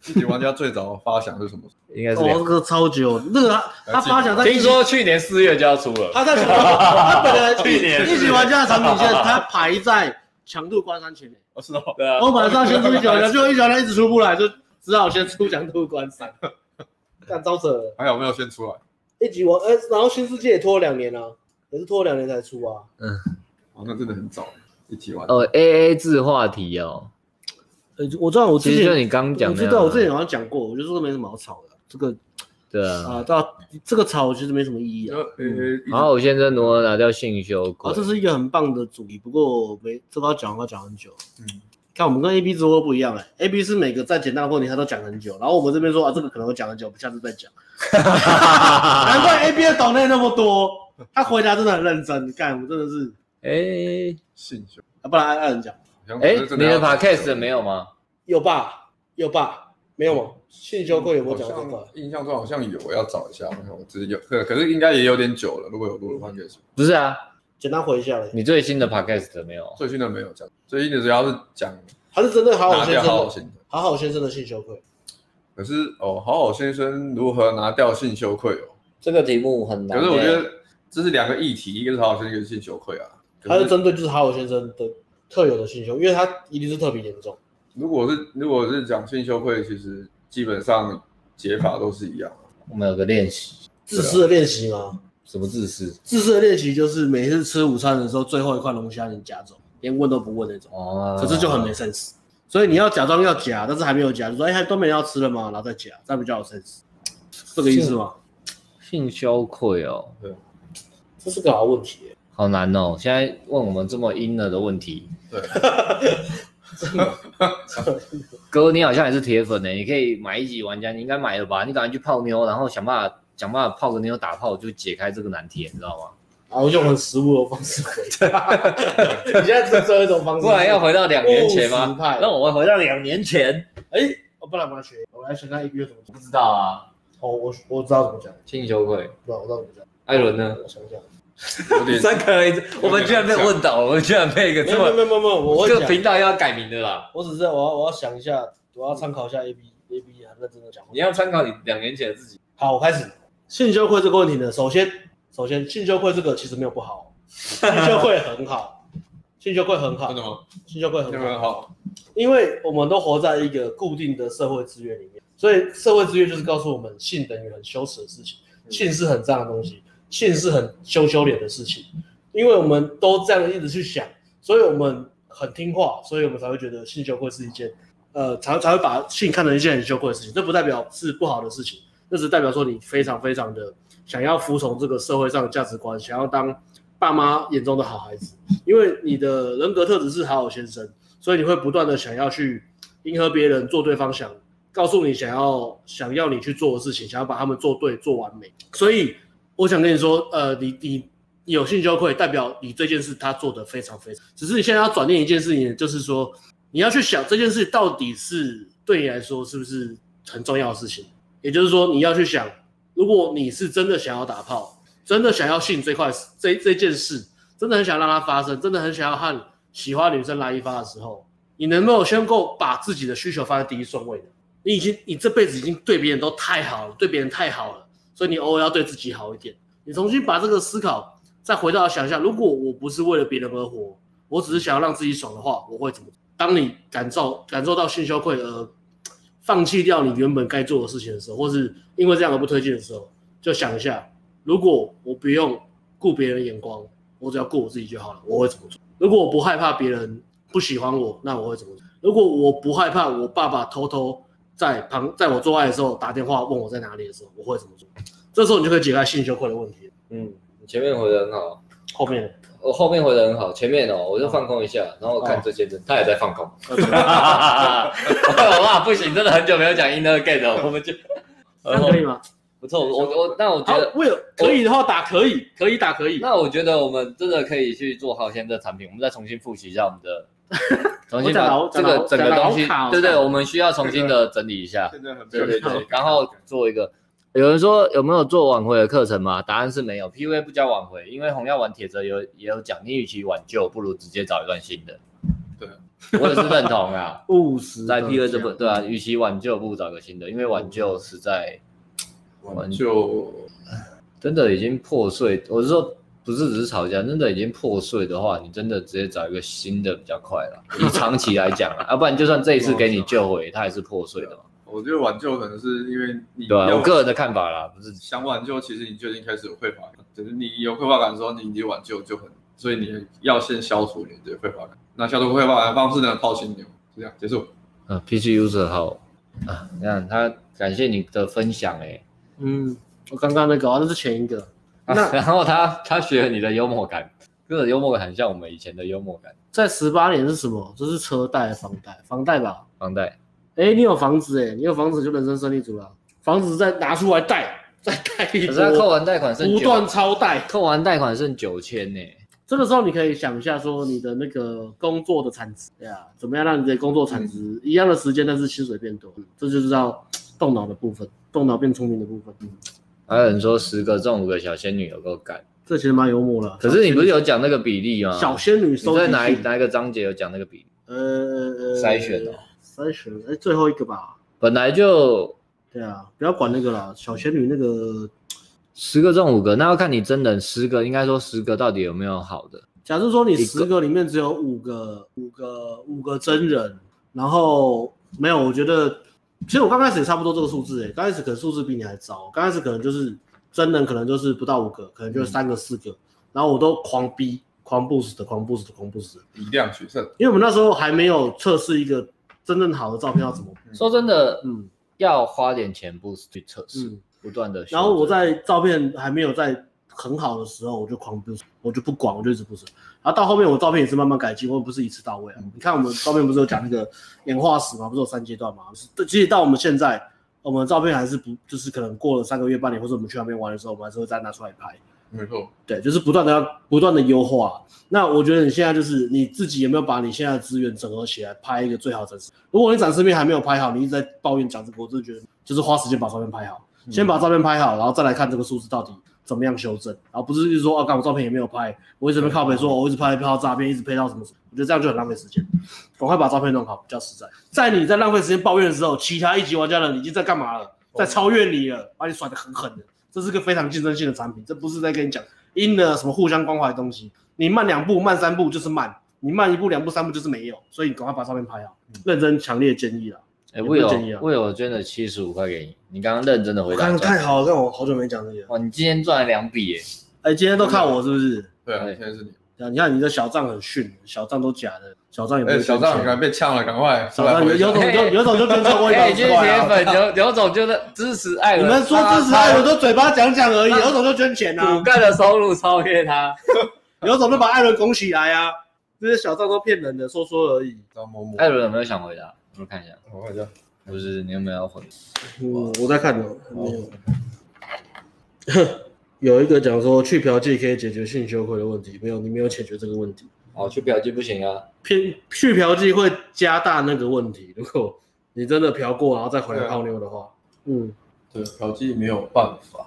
D: 自己玩家最早发想是什么？
A: <laughs> 应该是
C: 哦，
A: 两
C: 这个超久，那个他他发想在
A: 听说去年四月就要出
C: <laughs>
A: 了，
C: 他在啊他本来
A: 去年
C: 一级玩家的产品线，他排在强度关山前 <laughs> 面。
D: <laughs> 哦，是哦，
A: 对啊，
C: 我本来是要先出一级玩家，结果一级玩家一直出不来，就只好先出强度关 <laughs> 山，干招扯了。
D: 还有没有先出来？
C: 一级玩，呃，然后新世界也拖了两年啊，也是拖了两年才出啊。
D: 哦，那真的很早，一起玩。
A: 哦，A A 制话题哦，
C: 呃，我知道我之
A: 其实就
C: 前
A: 你刚刚
C: 我
A: 讲的
C: 知
A: 那样啊，
C: 道我之前好像讲过，我觉得这个没什么好吵的，这个
A: 对啊。
C: 啊，到这个吵其实没什么意义
D: 就
C: 啊。
D: 呃，
A: 然后我先生如何拿掉性羞
C: 啊，
A: 愧
C: 这？是一个很棒的主题，不过没这个要讲要讲很久。
D: 嗯，
C: 看我们跟 A B 直播不一样哎、a B 是每个再简单的问题他都讲很久，然后我们这边说啊这个可能我讲很久，我们下次再
D: <laughs>
C: 讲。难怪 A B 的岛内那么多，他回答真的很认真，干我们真的是
A: 哎
D: 信修。
C: 啊，不然按按人讲
A: 哎，你的 podcast 没有吗？
C: 有吧有吧没有吗？性羞愧有没有
D: 我
C: 讲啊到这个？
D: 印象中嗯好像有，我要找一下。我只是有，可可是应该也有点久了。如果有录的话，可以说。
A: 不是啊，
C: 简单回一下
D: 嗯
C: 嘞，
A: 你最新的 podcast 没有？
D: 最近的没有讲，最近的主要是讲
C: 他是针对好好
D: 拿
C: 先
D: 掉
C: 生
D: 好好
C: 的，
D: 先生。
C: 好好先生的性羞愧，
D: 可是哦，好好先生如何拿掉性羞愧哦？
A: 这个题目很
D: 可是我觉
C: 欸
D: 得这是两个议题，一个是好好先生，一个是性羞愧啊。
C: 他
D: 可
C: 是
D: 是
C: 针对就是好好先生的特有的性羞，因为他一定是特别严重。
D: 如果是如果是讲性羞愧，其实基本上解法都是一样啊。
A: 我们有个练习，
C: 自私的练习吗？
A: 什么自私
C: 自私的练习就是每次吃午餐的时候，最后一块龙虾你夹走，连问都不问那种，
A: 哦，
C: 可是就很没 sense。所以你要假装要夹，但是还没有夹，就说哎，还都没人要吃了吗？然后再夹，这样比较有 sense，这个意思吗？
A: 性羞愧哦，
C: 这是个好问题耶，
A: 好难哦。现在问我们这么阴了的问题，
D: 对，
A: 哥，你好像也是铁粉呢，欸你可以买一级玩家，你应该买了吧？你赶快去泡妞，啊然后想办法想办法泡个妞打炮，就解开这个难题，你知道吗？
C: 然后用很食物的方式回 <laughs> 答。你现在只只有一种方式，
A: 不然要回到两年前
C: 务
A: 吗
C: 实派？
A: 让我们回到两年前，
C: 哎，我不然我来学，我来想看 A B 怎么讲
A: 不。知道啊，
C: 哦，我我知道怎么讲，
A: 性羞愧。
C: 不知道我知道怎么讲。
A: 艾伦呢？
C: 我想一下，
D: 有点
A: <laughs> 三个人，我们居然被问到，我们居然被一个
C: 没
A: 这
C: 有没
A: 么
C: 有没有没有没有，我会
A: 这
C: 讲
A: 个。频道要改名的啦。
C: 我只是我要我要想一下，我要参考一下 A B A B 很认真的讲话
A: 你。要参考你两年前的自己。
C: 好，我开始。性羞愧这个问题呢，首先首先性羞愧这个其实没有不好，性羞愧很好，性羞愧很好
D: <laughs> 真的，吗？
C: 性羞愧
D: 有
C: 很
D: 没有
C: 好，
D: 好？
C: 因为我们都活在一个固定的社会资源里面，所以社会资源就是告诉我们性等于很羞耻的事情，性是很脏的东西，性是很羞羞脸的事情，因为我们都这样一直去想，所以我们很听话，所以我们才会觉得性羞愧是一件，呃，才才会把性看成一件很羞愧的事情。这不代表是不好的事情，那只是代表说你非常非常的想要服从这个社会上的价值观，想要当爸妈眼中的好孩子，因为你的人格特质是好好先生，所以你会不断的想要去迎合别人，做对方想告诉你想要想要你去做的事情，想要把他们做对做完美。所以我想跟你说，呃，你你你有性羞愧，代表你这件事他做的非常非常，只是你现在要转念一件事情，就是说你要去想这件事到底是对你来说是不是很重要的事情，也就是说你要去想，如果你是真的想要打炮，真的想要性这块这这件事，真的很想让它发生，真的很想要和喜欢的女生来一发的时候，你能不能先够把自己的需求放在第一顺位呢？你已经你这辈子已经对别人都太好了，对别人太好了，所以你偶尔要对自己好一点。你重新把这个思考再回到想象，如果我不是为了别人而活，我只是想要让自己爽的话，我会怎么？当你感受感受到性羞愧而放弃掉你原本该做的事情的时候，或是因为这样而不推进的时候，就想一下，如果我不用顾别人的眼光，我只要顾我自己就好了，我会怎么做？如果我不害怕别人不喜欢我，那我会怎么做？如果我不害怕我爸爸偷偷在旁在我做爱的时候打电话问我在哪里的时候，我会怎么做？这时候你就可以解开性羞愧的问题了。
A: 嗯，你前面回的很好，
C: 后面呢，
A: 我呃后面回的很好，前面哦，我就放空一下，然后我看
C: 哦
A: 这先生，他也在放空。
C: 呃怎么样哦
A: 我 <laughs> 哇，不行，真的很久没有讲 inner game 了，我们
C: <laughs>
A: 就呃
C: 这样可以吗？
A: 不错，我我我那我觉
C: 好
A: 得，
C: 我有可以的话打可以，可以打可以。
A: 那我觉得我们真的可以去做好现在的产品，我们再重新复习一下我们
C: <laughs>
A: 的。重新
C: 讲得
A: 把
C: 好
A: 这
C: 讲得
A: 个
C: 好
A: 整个
C: 讲得好
A: 东西
C: 卡哦，
A: 对对，
C: 看。
A: 我们需要重新的整理一下。
D: 现在很
A: 对对
D: 好
A: 对，然后做一个。有人说有没有做挽回的课程吗？答案是没有，PUA 不教挽回，因为红药丸铁则有也有讲，你与其挽救，不如直接找一段新的。
D: 对，
A: 我也是认同啊 <laughs>
C: 务实
A: 在 P 二这
C: 不
A: 不对啊，与其挽救，不如找个新的，因为挽救实在
D: 挽救
A: 真的已经破碎。我是说，不是只是吵架，真的已经破碎的话，你真的直接找一个新的比较快了。以长期来讲 <laughs> 啊，要不然就算这一次给你救回，它也是破碎的嘛。
D: 我觉得挽救可能是因为你
A: 对啊，
D: 要
A: 我个人的看法啦，不是
D: 想挽救，其实你就已经开始有匮乏感，只是你有匮乏感的时候，你你挽救就很，所以你要先消除你的匮乏感。那消除匮乏感的方式呢？泡新牛，就这样结束。
A: 嗯，PC user 好啊，你看他感谢你的分享哎、
C: 嗯，我刚刚那个啊，那是前一个。
A: 啊 <laughs>
C: 那
A: 然后他他学了你的幽默感，这个幽默感很像我们以前的幽默感，
C: 在十八年是什么？这是车贷还是房贷？房贷吧。
A: 房贷
C: 哎、你有房子哎、你有房子就人生胜利组了。房子再拿出来贷，再贷一
A: 可是他扣
C: 波，
A: 完贷款剩
C: 不
A: 九
C: 断超贷。
A: 扣完贷款剩九千欸呢，
C: 这个时候你可以想一下，说你的那个工作的产值，对啊，怎么样让你的工作产值、
A: 嗯
C: 一样的时间，但是薪水变多？嗯、这就是要动脑的部分，动脑变聪明的部分。嗯，
A: 还有人说十个中五个小仙女有够感，
C: 这其实蛮幽默的。
A: 可是你不是有讲那个比例吗？
C: 小仙女
A: 你
C: 收集
A: 在哪一
C: 器
A: 哪一个章节有讲那个比例？
C: 呃呃呃
A: 筛选哦，
C: 筛选哎、最后一个吧。
A: 本来就
C: 对啊，不要管那个啦，小仙女那个，
A: 十个中五个，那要看你真人十个，应该说十个到底有没有好的。
C: 假设说你
A: 个
C: 十个里面只有五个、五个、五个真人，然后没有，我觉得其实我刚开始也差不多这个数字诶、欸刚开始可能数字比你还糟，刚开始可能就是真人可能就是不到五个，可能就是三个、四个，然后我都狂逼、狂 boost 的、狂 boost 的、狂 boost 的，
D: 以量取胜，
C: 因为我们那时候还没有测试一个真正好的照片要怎么，
A: 说真的，
C: 嗯
A: 要花点钱不是去测试，
C: 嗯。
A: 不断的。
C: 然后我在照片还没有在很好的时候，我就狂 boost，我就不管，我就一直 boost。然后到后面我照片也是慢慢改进，我也不是一次到位啊。你看我们照片不是有讲那个演化史嘛，不是有三阶段嘛？就是其实到我们现在，我们照片还是不就是可能过了三个月、半年，或者我们去那边玩的时候，我们还是会再拿出来拍。
D: 没错。
C: 对，就是不断的要不断的优化。那我觉得你现在就是你自己有没有把你现在的资源整合起来，拍一个最好的展示？如果你展示片还没有拍好，你一直在抱怨讲这个，我真的觉得就是花时间把照片拍好，先把照片拍好，然后再来看这个数字到底怎么样修正，然后不是就是说啊，干我照片也没有拍，我一直被靠北说，哦我一直拍拍到诈骗，一直拍到什么什么，我觉得这样就很浪费时间，赶快把照片弄好比较实在。在你在浪费时间抱怨的时候，其他一级玩家的已经在干嘛了？在超越你了，把你甩得狠狠的。这是个非常竞争性的产品，这不是在跟你讲因了什么互相关怀的东西。你慢两步、慢三步就是慢，你慢一步、两步、三步就是没有，所以你赶快把照片拍好，认真强烈建议了。
A: 哎，
C: 也
A: 我
C: 不是建议
A: 有
C: 啊
A: 我有捐了七十五块给你，你刚刚认真的回答一下。
C: 好了，但我好久没讲这个。
A: 哇，你今天赚了两笔耶！
C: 哎，今天都靠我是不是？
D: 对啊，
A: 对
D: 现在是你。
C: 啊你看你的小账很逊，小账都假的，小账也不
D: 哎，
C: 会
D: 小张，
C: 赚
D: 你
C: 钱。
D: 刚才被呛了，赶快出
C: 小
D: 来
C: 账
D: 回
C: 有
D: 答。
C: 有种就有种就跟着我一
A: 哎，
C: 百
A: 你去
C: 块
A: 铁
C: 啊！
A: 粉，啊刘刘总就是支持艾
C: 你
A: 伦，
C: 们说支持艾伦都嘴巴讲讲而已，有种就捐钱
A: 他
C: 啊
A: 骨，干的收入超越他。
C: 有种就把艾伦拱起来啊！这些小账都骗人的，说说而已。
D: 张某某，
C: 哎
A: 艾伦有没有想回答？我看一下，
D: 我看一下。
A: 不是你有没有要回？
C: 嗯，我在看的。 <laughs> 有一个讲说去嫖妓可以解决性羞愧的问题，没有，你没有解决这个问题。
A: 哦，去表记不行啊。
C: 偏去嫖妓会加大那个问题。如果你真的嫖过，然后再回来泡妞的话，嗯，
D: 对，嫖妓没有办法。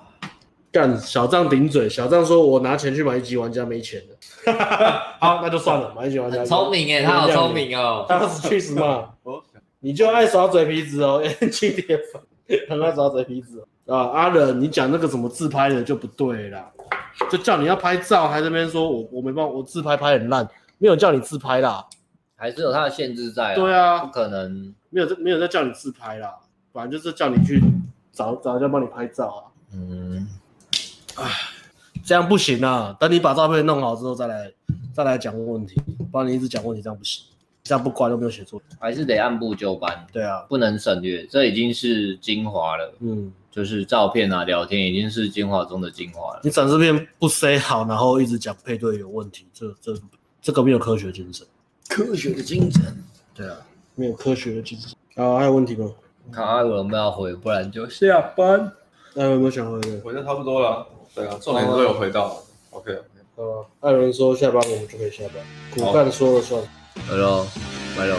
C: 干小账顶嘴，小账说我拿钱去买一级玩家没钱的， <laughs> 好，那就算了，买一级玩家
A: 很聪，明欸耶，他好聪
C: <laughs>
A: 明哦。
C: 当时去死嘛，
D: 我想
C: 你就爱耍嘴皮子哦， <laughs> 气铁粉，很爱耍嘴皮子哦、啊，阿仁，你讲那个什么自拍的就不对啦，就叫你要拍照，还在那边说我我没办法，我自拍拍很烂，没有叫你自拍啦，
A: 还是有它的限制在、啊。
C: 对啊
A: 不可能。
C: 没有在没有在叫你自拍啦，反正就是叫你去找找人家帮你拍照啊，
A: 嗯，
C: 这样不行啊。等你把照片弄好之后再来再来讲问题，不然你一直讲问题这样不行，这样不乖都没有写作业。
A: 还是得按部就班，
C: 对啊，
A: 不能省略。这已经是精华了，
C: 嗯，
A: 就是照片啊、聊天已经是精华中的精华了。
C: 你展示片不塞好，然后一直讲配对有问题，这这这个没有科学精神。
A: 科学的精神。
C: 对啊，没有科学的精神。啊，还有问题吗？
A: 看阿伦有没有回，不然就下班。
C: 艾伦有没有想回的？
D: 回的差不多了。对啊，重点都有回到。OK。
C: 啊，艾伦说下班我们就可以下班，骨干说了算。
A: 好喽，拜喽。